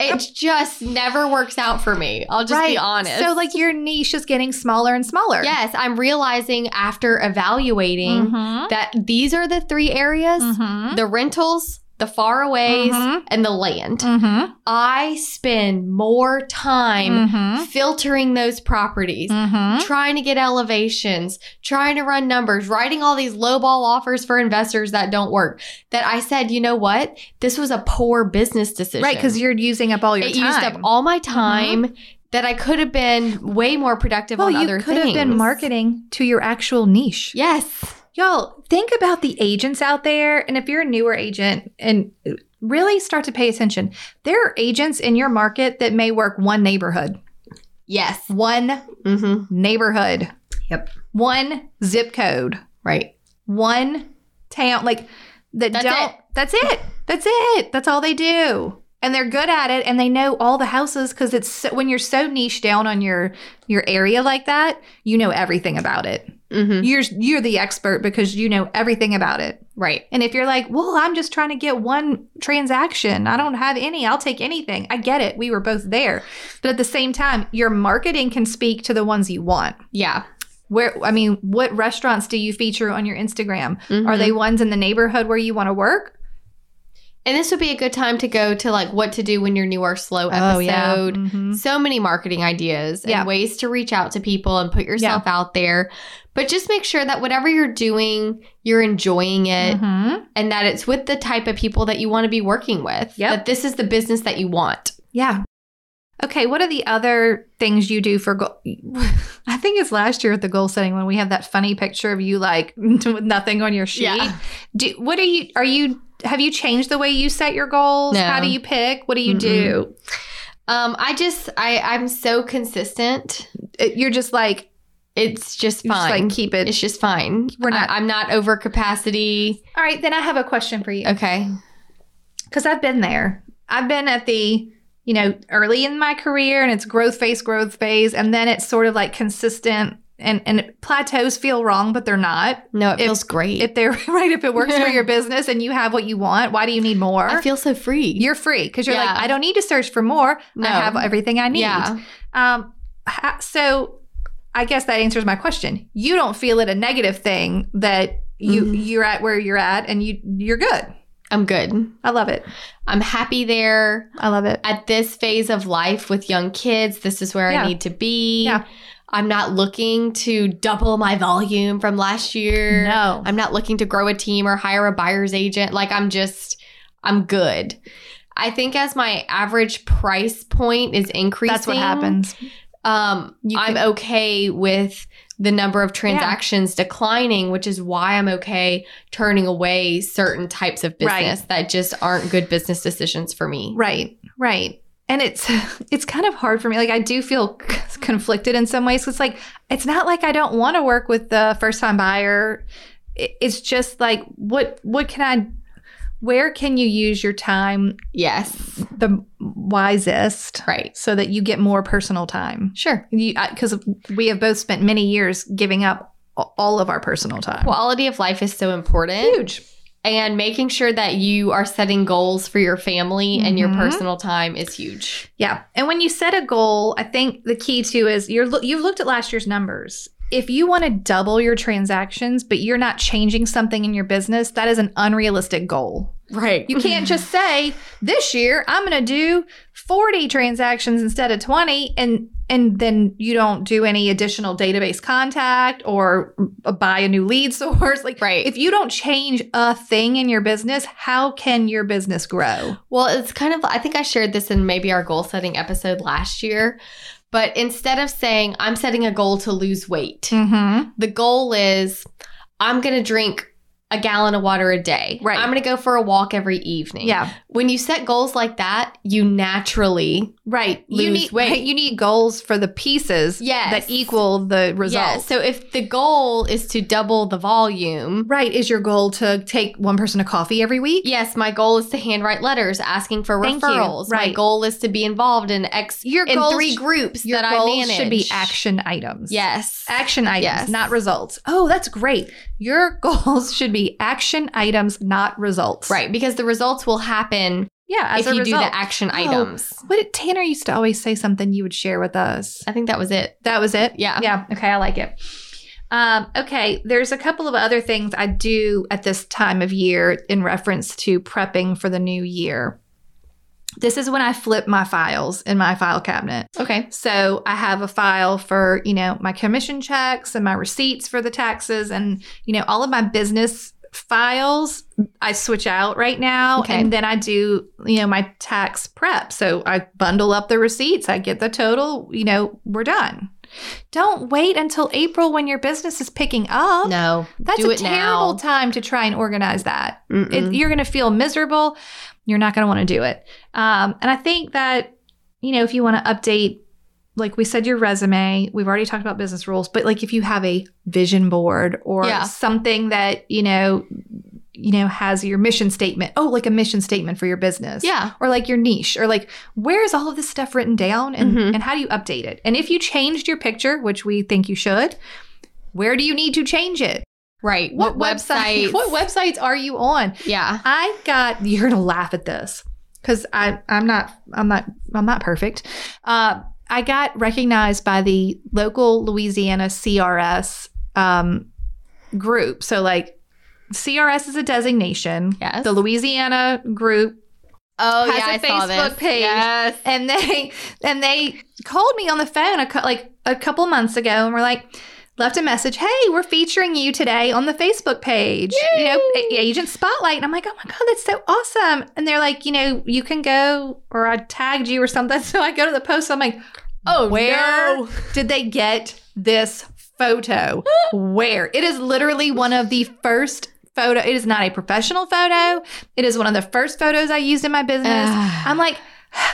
[SPEAKER 4] It just never works out for me. I'll just be honest.
[SPEAKER 3] So like your niche is getting smaller and smaller.
[SPEAKER 4] yes, I'm realizing after evaluating
[SPEAKER 3] Mhm.
[SPEAKER 4] that these are the three areas
[SPEAKER 3] Mhm.
[SPEAKER 4] the rentals, the faraways,
[SPEAKER 3] Mhm.
[SPEAKER 4] and the land. Mm-hmm.
[SPEAKER 3] Mhm.
[SPEAKER 4] I spend more time
[SPEAKER 3] Mhm.
[SPEAKER 4] filtering those properties.
[SPEAKER 3] Mhm.
[SPEAKER 4] Trying to get elevations, trying to run numbers, writing all these lowball offers for investors that don't work. That I said, you know what? This was a poor business decision.
[SPEAKER 3] Right, because you're using up all your
[SPEAKER 4] Mm-hmm. it
[SPEAKER 3] time. Mm-hmm.
[SPEAKER 4] used up all my time that I could have been way more productive
[SPEAKER 3] well,
[SPEAKER 4] on
[SPEAKER 3] you
[SPEAKER 4] other
[SPEAKER 3] could
[SPEAKER 4] things.
[SPEAKER 3] have been marketing to your actual niche.
[SPEAKER 4] Yes.
[SPEAKER 3] Y'all, think about the agents out there. And if you're a newer agent and really start to pay attention, there are agents in your market that may work one neighborhood,
[SPEAKER 4] Yes.
[SPEAKER 3] one
[SPEAKER 4] Mm-hmm.
[SPEAKER 3] neighborhood.
[SPEAKER 4] Yep.
[SPEAKER 3] One zip code.
[SPEAKER 4] Right.
[SPEAKER 3] one town like that
[SPEAKER 4] That's
[SPEAKER 3] don't
[SPEAKER 4] it.
[SPEAKER 3] that's it that's it that's all they do and they're good at it and they know all the houses because it's so, when you're so niche down on your your area like that you know everything about it
[SPEAKER 4] Mm-hmm.
[SPEAKER 3] you're you're the expert because you know everything about it
[SPEAKER 4] Right.
[SPEAKER 3] and if you're like, well, I'm just trying to get one transaction, I don't have any, I'll take anything. I get it. We were both there. But at the same time, your marketing can speak to the ones you want.
[SPEAKER 4] Yeah.
[SPEAKER 3] Where, I mean, what restaurants do you feature on your Instagram? Are
[SPEAKER 4] Mhm.
[SPEAKER 3] they ones in the neighborhood where you want to work?
[SPEAKER 4] And this would be a good time to go to like what to do when you're new or slow
[SPEAKER 3] Oh,
[SPEAKER 4] episode.
[SPEAKER 3] Mhm.
[SPEAKER 4] So many marketing ideas and
[SPEAKER 3] Yeah.
[SPEAKER 4] ways to reach out to people and put yourself out there. But just make sure that whatever you're doing, you're enjoying it
[SPEAKER 3] Mhm.
[SPEAKER 4] and that it's with the type of people that you want to be working with.
[SPEAKER 3] Yep.
[SPEAKER 4] That this is the business that you want.
[SPEAKER 3] Yeah. Okay. What are the other things you do for goal? I think it's last year at the goal setting when we have that funny picture of you like with nothing on your sheet.
[SPEAKER 4] Yeah.
[SPEAKER 3] Do what are you? Are you? Have you changed the way you set your goals?
[SPEAKER 4] No.
[SPEAKER 3] How do you pick? What do you do?
[SPEAKER 4] Um, I just I I'm so consistent.
[SPEAKER 3] It- Uh, You're just like
[SPEAKER 4] It's just
[SPEAKER 3] you just
[SPEAKER 4] fine.
[SPEAKER 3] like keep it.
[SPEAKER 4] it's just fine.
[SPEAKER 3] We're not-
[SPEAKER 4] I, am not over capacity.
[SPEAKER 3] All right. Then I have a question for you
[SPEAKER 4] Okay.
[SPEAKER 3] because I've been there. I've been at the you know early in my career and it's growth phase, growth phase, and then it's sort of like consistent and and plateaus feel wrong, but they're not.
[SPEAKER 4] No, it
[SPEAKER 3] If-
[SPEAKER 4] feels great.
[SPEAKER 3] if they're right if it works for your business and you have what you want why do you need more
[SPEAKER 4] I feel so free.
[SPEAKER 3] you're free because you're
[SPEAKER 4] Yeah.
[SPEAKER 3] like i don't need to search for more
[SPEAKER 4] No.
[SPEAKER 3] i have everything i need
[SPEAKER 4] Yeah.
[SPEAKER 3] um ha- so i guess that answers my question you don't feel it a negative thing that you
[SPEAKER 4] Mhm.
[SPEAKER 3] you're at where you're at and you you're good
[SPEAKER 4] I'm good.
[SPEAKER 3] i love it
[SPEAKER 4] I'm happy there
[SPEAKER 3] i love it
[SPEAKER 4] at this phase of life with young kids. This is where
[SPEAKER 3] Yeah.
[SPEAKER 4] I need to be.
[SPEAKER 3] Yeah.
[SPEAKER 4] I'm not looking to double my volume from last year.
[SPEAKER 3] no
[SPEAKER 4] I'm not looking to grow a team or hire a buyer's agent. Like I'm just I'm good. I think as my average price point is increasing,
[SPEAKER 3] that's what happens
[SPEAKER 4] Um,
[SPEAKER 3] You
[SPEAKER 4] I'm okay with the number of transactions declining, which is why I'm okay turning away certain types of
[SPEAKER 3] Right.
[SPEAKER 4] business that just aren't good business decisions for me.
[SPEAKER 3] Right, right. And it's it's kind of hard for me. Like I do feel c- conflicted in some ways. It's like it's not like I don't want to work with the first time buyer. I- It's just like what what can I where can you use your time
[SPEAKER 4] Yes.
[SPEAKER 3] the wisest
[SPEAKER 4] Right.
[SPEAKER 3] so that you get more personal time?
[SPEAKER 4] Sure.
[SPEAKER 3] Because we have both spent many years giving up a- all of our personal time.
[SPEAKER 4] Quality of life is so important.
[SPEAKER 3] Huge.
[SPEAKER 4] And making sure that you are setting goals for your family and your
[SPEAKER 3] Mhm.
[SPEAKER 4] personal time is huge.
[SPEAKER 3] Yeah. And when you set a goal, I think the key to is you're loo- you've looked at last year's numbers. If you want to double your transactions, but you're not changing something in your business, that is an unrealistic goal.
[SPEAKER 4] Right.
[SPEAKER 3] You can't just say, this year I'm going to do 40 transactions instead of 20 and and then you don't do any additional database contact or uh, buy a new lead source like
[SPEAKER 4] Right.
[SPEAKER 3] if you don't change a thing in your business, how can your business grow?
[SPEAKER 4] Well, it's kind of, I think I shared this in maybe our goal setting episode last year. But instead of saying, I'm setting a goal to lose weight,
[SPEAKER 3] Mhm.
[SPEAKER 4] the goal is I'm going to drink a gallon of water a day.
[SPEAKER 3] Right.
[SPEAKER 4] I'm going to go for a walk every evening.
[SPEAKER 3] Yeah.
[SPEAKER 4] When you set goals like that, you naturally
[SPEAKER 3] Right. you
[SPEAKER 4] lose
[SPEAKER 3] need
[SPEAKER 4] weight.
[SPEAKER 3] right, you need goals for the pieces
[SPEAKER 4] Yes.
[SPEAKER 3] that equal the
[SPEAKER 4] Yeah,
[SPEAKER 3] results.
[SPEAKER 4] so if the goal is to double the volume,
[SPEAKER 3] right is your goal to take one person to coffee every week?
[SPEAKER 4] yes, my goal is to handwrite letters asking for
[SPEAKER 3] Thank you.
[SPEAKER 4] referrals. My
[SPEAKER 3] Right.
[SPEAKER 4] goal is to be involved in X
[SPEAKER 3] Your
[SPEAKER 4] in
[SPEAKER 3] goals
[SPEAKER 4] three groups
[SPEAKER 3] your
[SPEAKER 4] that I
[SPEAKER 3] goals
[SPEAKER 4] manage.
[SPEAKER 3] should be action items.
[SPEAKER 4] Yes.
[SPEAKER 3] Action items,
[SPEAKER 4] Yes.
[SPEAKER 3] not results. Oh, that's great. Your goals should be action items, not results.
[SPEAKER 4] Right, because the results will happen
[SPEAKER 3] Yeah. As
[SPEAKER 4] if
[SPEAKER 3] a
[SPEAKER 4] you
[SPEAKER 3] result.
[SPEAKER 4] do the action
[SPEAKER 3] Oh.
[SPEAKER 4] items.
[SPEAKER 3] What did Tanner used to always say something you would share with us?
[SPEAKER 4] I think that was it.
[SPEAKER 3] That was it.
[SPEAKER 4] Yeah.
[SPEAKER 3] Yeah. Okay. I like it. Um, okay. There's a couple of other things I do at this time of year in reference to prepping for the new year. This is when I flip my files in my file cabinet.
[SPEAKER 4] Okay.
[SPEAKER 3] So I have a file for, you know, my commission checks and my receipts for the taxes and, you know, all of my business files I switch out right now.
[SPEAKER 4] Okay.
[SPEAKER 3] And then I do, you know, my tax prep. So I bundle up the receipts, I get the total, you know, we're done. Don't wait until April when your business is picking up.
[SPEAKER 4] No.
[SPEAKER 3] That's
[SPEAKER 4] do
[SPEAKER 3] a
[SPEAKER 4] it
[SPEAKER 3] terrible
[SPEAKER 4] now.
[SPEAKER 3] time to try and organize that.
[SPEAKER 4] Mm-hmm.
[SPEAKER 3] It, you're going to feel miserable. You're not going to want to do it. Um, and I think that, you know, if you want to update, like we said, your resume, we've already talked about business rules, but like if you have a vision board or
[SPEAKER 4] Yeah.
[SPEAKER 3] something that, you know, you know, has your mission statement. Oh, like a mission statement for your business.
[SPEAKER 4] Yeah.
[SPEAKER 3] Or like your niche, or like where is all of this stuff written down and,
[SPEAKER 4] Mhm.
[SPEAKER 3] and how do you update it? And if you changed your picture, which we think you should, where do you need to change it?
[SPEAKER 4] Right. What, website?
[SPEAKER 3] website- What websites are you on?
[SPEAKER 4] Yeah.
[SPEAKER 3] I got you're gonna laugh at this because I I'm not I'm not I'm not perfect. Uh, I got recognized by the local Louisiana CRS um, group. So like CRS is a designation.
[SPEAKER 4] Yes.
[SPEAKER 3] The Louisiana group
[SPEAKER 4] Oh
[SPEAKER 3] has
[SPEAKER 4] yeah,
[SPEAKER 3] a
[SPEAKER 4] I saw
[SPEAKER 3] Facebook
[SPEAKER 4] this.
[SPEAKER 3] page.
[SPEAKER 4] Yes.
[SPEAKER 3] and they and they called me on the phone a cou- like a couple months ago and were like left a message hey we're featuring you today on the facebook page you know A- agent spotlight and i'm like oh my god that's so awesome and they're like you know you can go or i tagged you or something so i go to the post i'm like oh where
[SPEAKER 4] no.
[SPEAKER 3] did they get this photo where it is literally one of the first photo it is not a professional photo it is one of the first photos i used in my business
[SPEAKER 4] Ah.
[SPEAKER 3] i'm like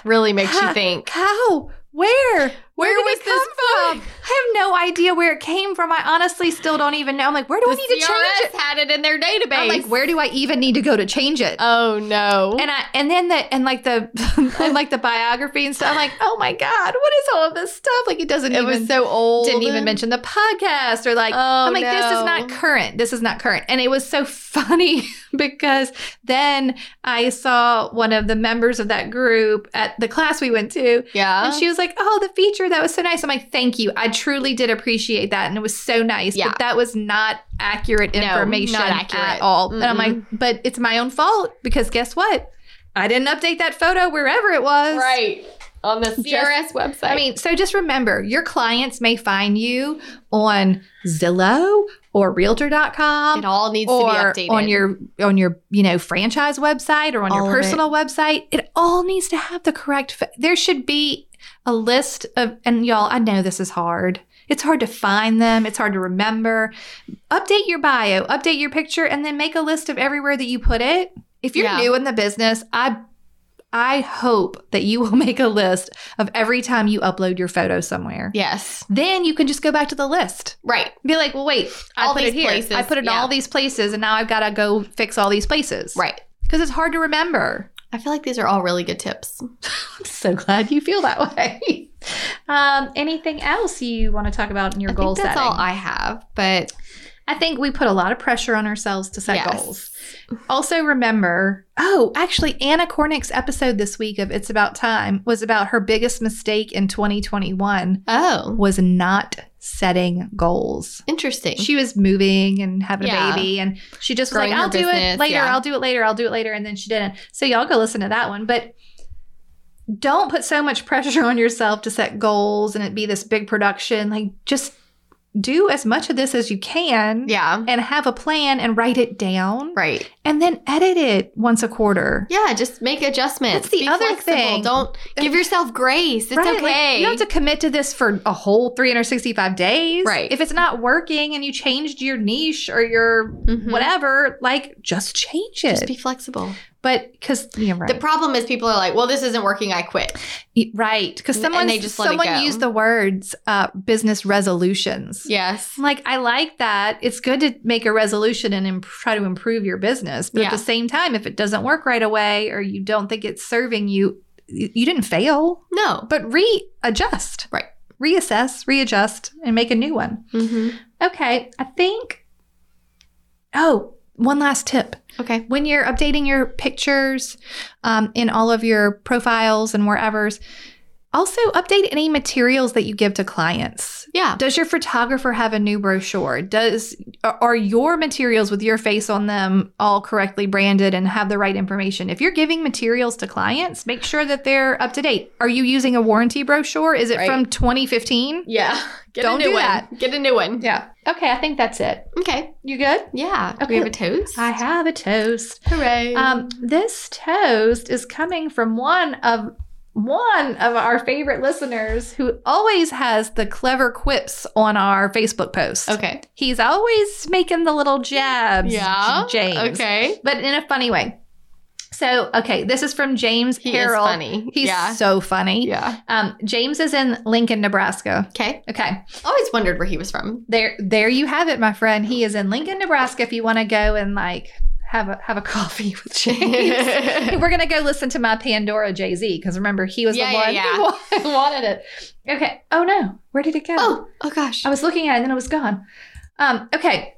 [SPEAKER 4] Really makes you
[SPEAKER 3] Huh.
[SPEAKER 4] think.
[SPEAKER 3] how? Where? Where, did
[SPEAKER 4] was
[SPEAKER 3] it
[SPEAKER 4] this
[SPEAKER 3] come from? I have no idea where it came from. I honestly still don't even know. I'm like, where do I
[SPEAKER 4] The
[SPEAKER 3] need to change it?
[SPEAKER 4] CRS had it in their database.
[SPEAKER 3] I'm like, where do I even need to go to change it?
[SPEAKER 4] Oh no.
[SPEAKER 3] and I and then the and like the and like the biography and stuff. I'm like, oh my god, what is all of this stuff? Like it doesn't
[SPEAKER 4] it
[SPEAKER 3] even
[SPEAKER 4] was so old.
[SPEAKER 3] didn't even mention the podcast or like
[SPEAKER 4] Oh,
[SPEAKER 3] I'm like, this is
[SPEAKER 4] no.
[SPEAKER 3] not current. This is not current. And it was so funny because then I saw one of the members of that group at the class we went to
[SPEAKER 4] Yeah.
[SPEAKER 3] and she was like, "Oh, the feature that was so nice." I'm like, "Thank you. I truly did appreciate that, and it was so nice."
[SPEAKER 4] Yeah.
[SPEAKER 3] But that was not accurate
[SPEAKER 4] No,
[SPEAKER 3] information
[SPEAKER 4] not accurate.
[SPEAKER 3] at all. And I'm like,
[SPEAKER 4] Mm-mm.
[SPEAKER 3] "But it's my own fault because guess what? I didn't update that photo wherever it was."
[SPEAKER 4] right on the CRS website.
[SPEAKER 3] I mean, so just remember, your clients may find you on Zillow or Realtor.com
[SPEAKER 4] it all needs
[SPEAKER 3] or
[SPEAKER 4] to be updated
[SPEAKER 3] on your on your you know franchise website or on
[SPEAKER 4] All
[SPEAKER 3] your
[SPEAKER 4] of it.
[SPEAKER 3] personal website it all needs to have the correct fa- there should be a list of and y'all i know this is hard it's hard to find them it's hard to remember update your bio update your picture and then make a list of everywhere that you put it if you're
[SPEAKER 4] Yeah.
[SPEAKER 3] new in the business i i hope that you will make a list of every time you upload your photo somewhere
[SPEAKER 4] Yes.
[SPEAKER 3] then you can just go back to the list
[SPEAKER 4] Right.
[SPEAKER 3] be like, well, wait, I
[SPEAKER 4] All
[SPEAKER 3] put it
[SPEAKER 4] these
[SPEAKER 3] here.
[SPEAKER 4] places,
[SPEAKER 3] I put it in
[SPEAKER 4] yeah.
[SPEAKER 3] all these places, and now I've got to go fix all these places.
[SPEAKER 4] Right.
[SPEAKER 3] Because it's hard to remember.
[SPEAKER 4] I feel like these are all really good tips.
[SPEAKER 3] I'm so glad you feel that way. um, anything else you want to talk about in your
[SPEAKER 4] I
[SPEAKER 3] goal
[SPEAKER 4] think that's
[SPEAKER 3] setting?
[SPEAKER 4] all I have, but
[SPEAKER 3] I think we put a lot of pressure on ourselves to set
[SPEAKER 4] Yes.
[SPEAKER 3] goals. Also, remember oh, actually, Anna Cornick's episode this week of It's About Time was about her biggest mistake in 2021
[SPEAKER 4] oh,
[SPEAKER 3] was not setting goals.
[SPEAKER 4] interesting.
[SPEAKER 3] she was moving and having
[SPEAKER 4] Yeah.
[SPEAKER 3] a baby and she just was
[SPEAKER 4] Growing
[SPEAKER 3] like
[SPEAKER 4] her
[SPEAKER 3] i'll do
[SPEAKER 4] business,
[SPEAKER 3] it later
[SPEAKER 4] yeah.
[SPEAKER 3] i'll do it later i'll do it later and then she didn't so y'all go listen to that one but don't put so much pressure on yourself to set goals and it be this big production like just do as much of this as you can
[SPEAKER 4] yeah.
[SPEAKER 3] and have a plan and write it down
[SPEAKER 4] Right.
[SPEAKER 3] and then edit it once a quarter
[SPEAKER 4] Yeah, just make adjustments.
[SPEAKER 3] That's the
[SPEAKER 4] Be
[SPEAKER 3] other
[SPEAKER 4] flexible.
[SPEAKER 3] thing.
[SPEAKER 4] Don't give yourself grace. It's
[SPEAKER 3] Right, like,
[SPEAKER 4] okay.
[SPEAKER 3] you don't have to commit to this for a whole 365 days.
[SPEAKER 4] Right.
[SPEAKER 3] If it's not working and you changed your niche or your
[SPEAKER 4] Mhm.
[SPEAKER 3] whatever, like just change it.
[SPEAKER 4] Just be flexible.
[SPEAKER 3] but because yeah, right,
[SPEAKER 4] The problem is people are like, "Well, this isn't working. I quit."
[SPEAKER 3] Y- right, because
[SPEAKER 4] And
[SPEAKER 3] someone
[SPEAKER 4] they just let it
[SPEAKER 3] someone
[SPEAKER 4] go.
[SPEAKER 3] used the words uh, business resolutions.
[SPEAKER 4] Yes.
[SPEAKER 3] I'm like I like that. It's good to make a resolution and imp- try to improve your business, but
[SPEAKER 4] Yeah.
[SPEAKER 3] at the same time, if it doesn't work right away or you don't think it's serving you, y- you didn't fail,
[SPEAKER 4] No.
[SPEAKER 3] but readjust.
[SPEAKER 4] Right.
[SPEAKER 3] Reassess, readjust, and make a new one.
[SPEAKER 4] Mm-hmm.
[SPEAKER 3] Okay, I think. Oh, one last tip.
[SPEAKER 4] Okay.
[SPEAKER 3] when you're updating your pictures um, in all of your profiles and wherever's also update any materials that you give to clients
[SPEAKER 4] Yeah.
[SPEAKER 3] does your photographer have a new brochure does are are your materials with your face on them all correctly branded and have the right information if you're giving materials to clients make sure that they're up to date are you using a warranty brochure is it
[SPEAKER 4] Right.
[SPEAKER 3] from 2015
[SPEAKER 4] Yeah. Get
[SPEAKER 3] Don't
[SPEAKER 4] a new
[SPEAKER 3] do
[SPEAKER 4] one.
[SPEAKER 3] that.
[SPEAKER 4] Get a new one.
[SPEAKER 3] yeah okay i think that's it
[SPEAKER 4] Okay.
[SPEAKER 3] you good
[SPEAKER 4] Yeah. Do we
[SPEAKER 3] Okay.
[SPEAKER 4] have a toast?
[SPEAKER 3] i have a toast
[SPEAKER 4] Hooray.
[SPEAKER 3] Um, this toast is coming from one of one of our favorite listeners who always has the clever quips on our Facebook post.
[SPEAKER 4] okay.
[SPEAKER 3] He's always making the little jabs.
[SPEAKER 4] Yeah.
[SPEAKER 3] J- James.
[SPEAKER 4] Okay.
[SPEAKER 3] But in a funny way. So, okay, this is from James
[SPEAKER 4] He
[SPEAKER 3] Harrell.
[SPEAKER 4] is funny.
[SPEAKER 3] He's
[SPEAKER 4] yeah.
[SPEAKER 3] so funny.
[SPEAKER 4] yeah.
[SPEAKER 3] Um, James is in Lincoln, Nebraska.
[SPEAKER 4] Okay.
[SPEAKER 3] Okay.
[SPEAKER 4] Always wondered where he was from.
[SPEAKER 3] There there you have it, my friend. He is in Lincoln, Nebraska if you want to go and like have a have a coffee with James. We're gonna go listen to my Pandora Jay Z because remember he was
[SPEAKER 4] Yeah,
[SPEAKER 3] the one
[SPEAKER 4] yeah,
[SPEAKER 3] who wanted it. Okay. Oh no, where did it go?
[SPEAKER 4] oh, oh gosh.
[SPEAKER 3] I was looking at it and then it was gone. Um, okay.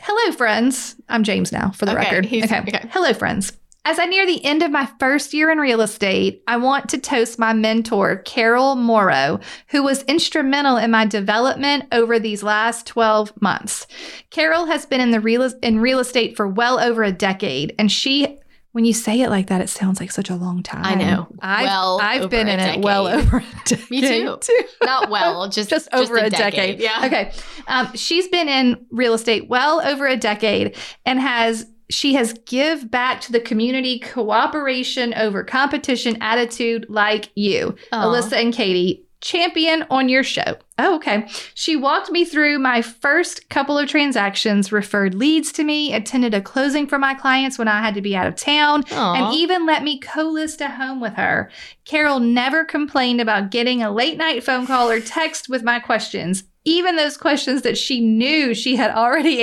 [SPEAKER 3] Hello, friends. I'm James now, for the
[SPEAKER 4] Okay,
[SPEAKER 3] record.
[SPEAKER 4] he's-
[SPEAKER 3] Okay.
[SPEAKER 4] okay.
[SPEAKER 3] Hello, friends. As I near the end of my first year in real estate, I want to toast my mentor, Carol Morrow, who was instrumental in my development over these last 12 months. Carol has been in the real in real estate for well over a decade, and she when you say it like that, it sounds like such a long time.
[SPEAKER 4] I know.
[SPEAKER 3] I've,
[SPEAKER 4] Well
[SPEAKER 3] I've
[SPEAKER 4] over
[SPEAKER 3] been
[SPEAKER 4] a
[SPEAKER 3] in it well
[SPEAKER 4] decade.
[SPEAKER 3] over a decade.
[SPEAKER 4] Me too. Not well, just
[SPEAKER 3] just over a, decade.
[SPEAKER 4] Yeah.
[SPEAKER 3] Okay. Um, she's been in real estate well over a decade and has she has give back to the community cooperation over competition attitude like you.
[SPEAKER 4] Aw.
[SPEAKER 3] Alyssa and Katie, champion on your show. Oh, okay. She walked me through my first couple of transactions, referred leads to me, attended a closing for my clients when I had to be out of town,
[SPEAKER 4] Aw.
[SPEAKER 3] and even let me co list a home with her. Carol never complained about getting a late night phone call or text with my questions, even those questions that she knew she had already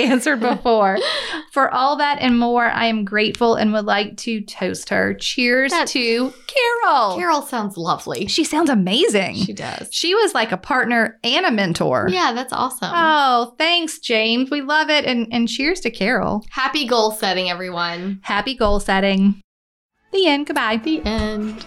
[SPEAKER 3] answered before. For all that and more, I am grateful and would like to toast her. Cheers
[SPEAKER 4] That's-
[SPEAKER 3] to Carol.
[SPEAKER 4] Carol sounds lovely.
[SPEAKER 3] She sounds amazing.
[SPEAKER 4] She
[SPEAKER 3] She,
[SPEAKER 4] does.
[SPEAKER 3] was like a partner and a mentor.
[SPEAKER 4] Yeah, that's awesome.
[SPEAKER 3] Oh, thanks, James. We love it. And, and cheers to Carol.
[SPEAKER 4] Happy goal setting, everyone.
[SPEAKER 3] Happy goal setting. The end. Goodbye.
[SPEAKER 4] The end.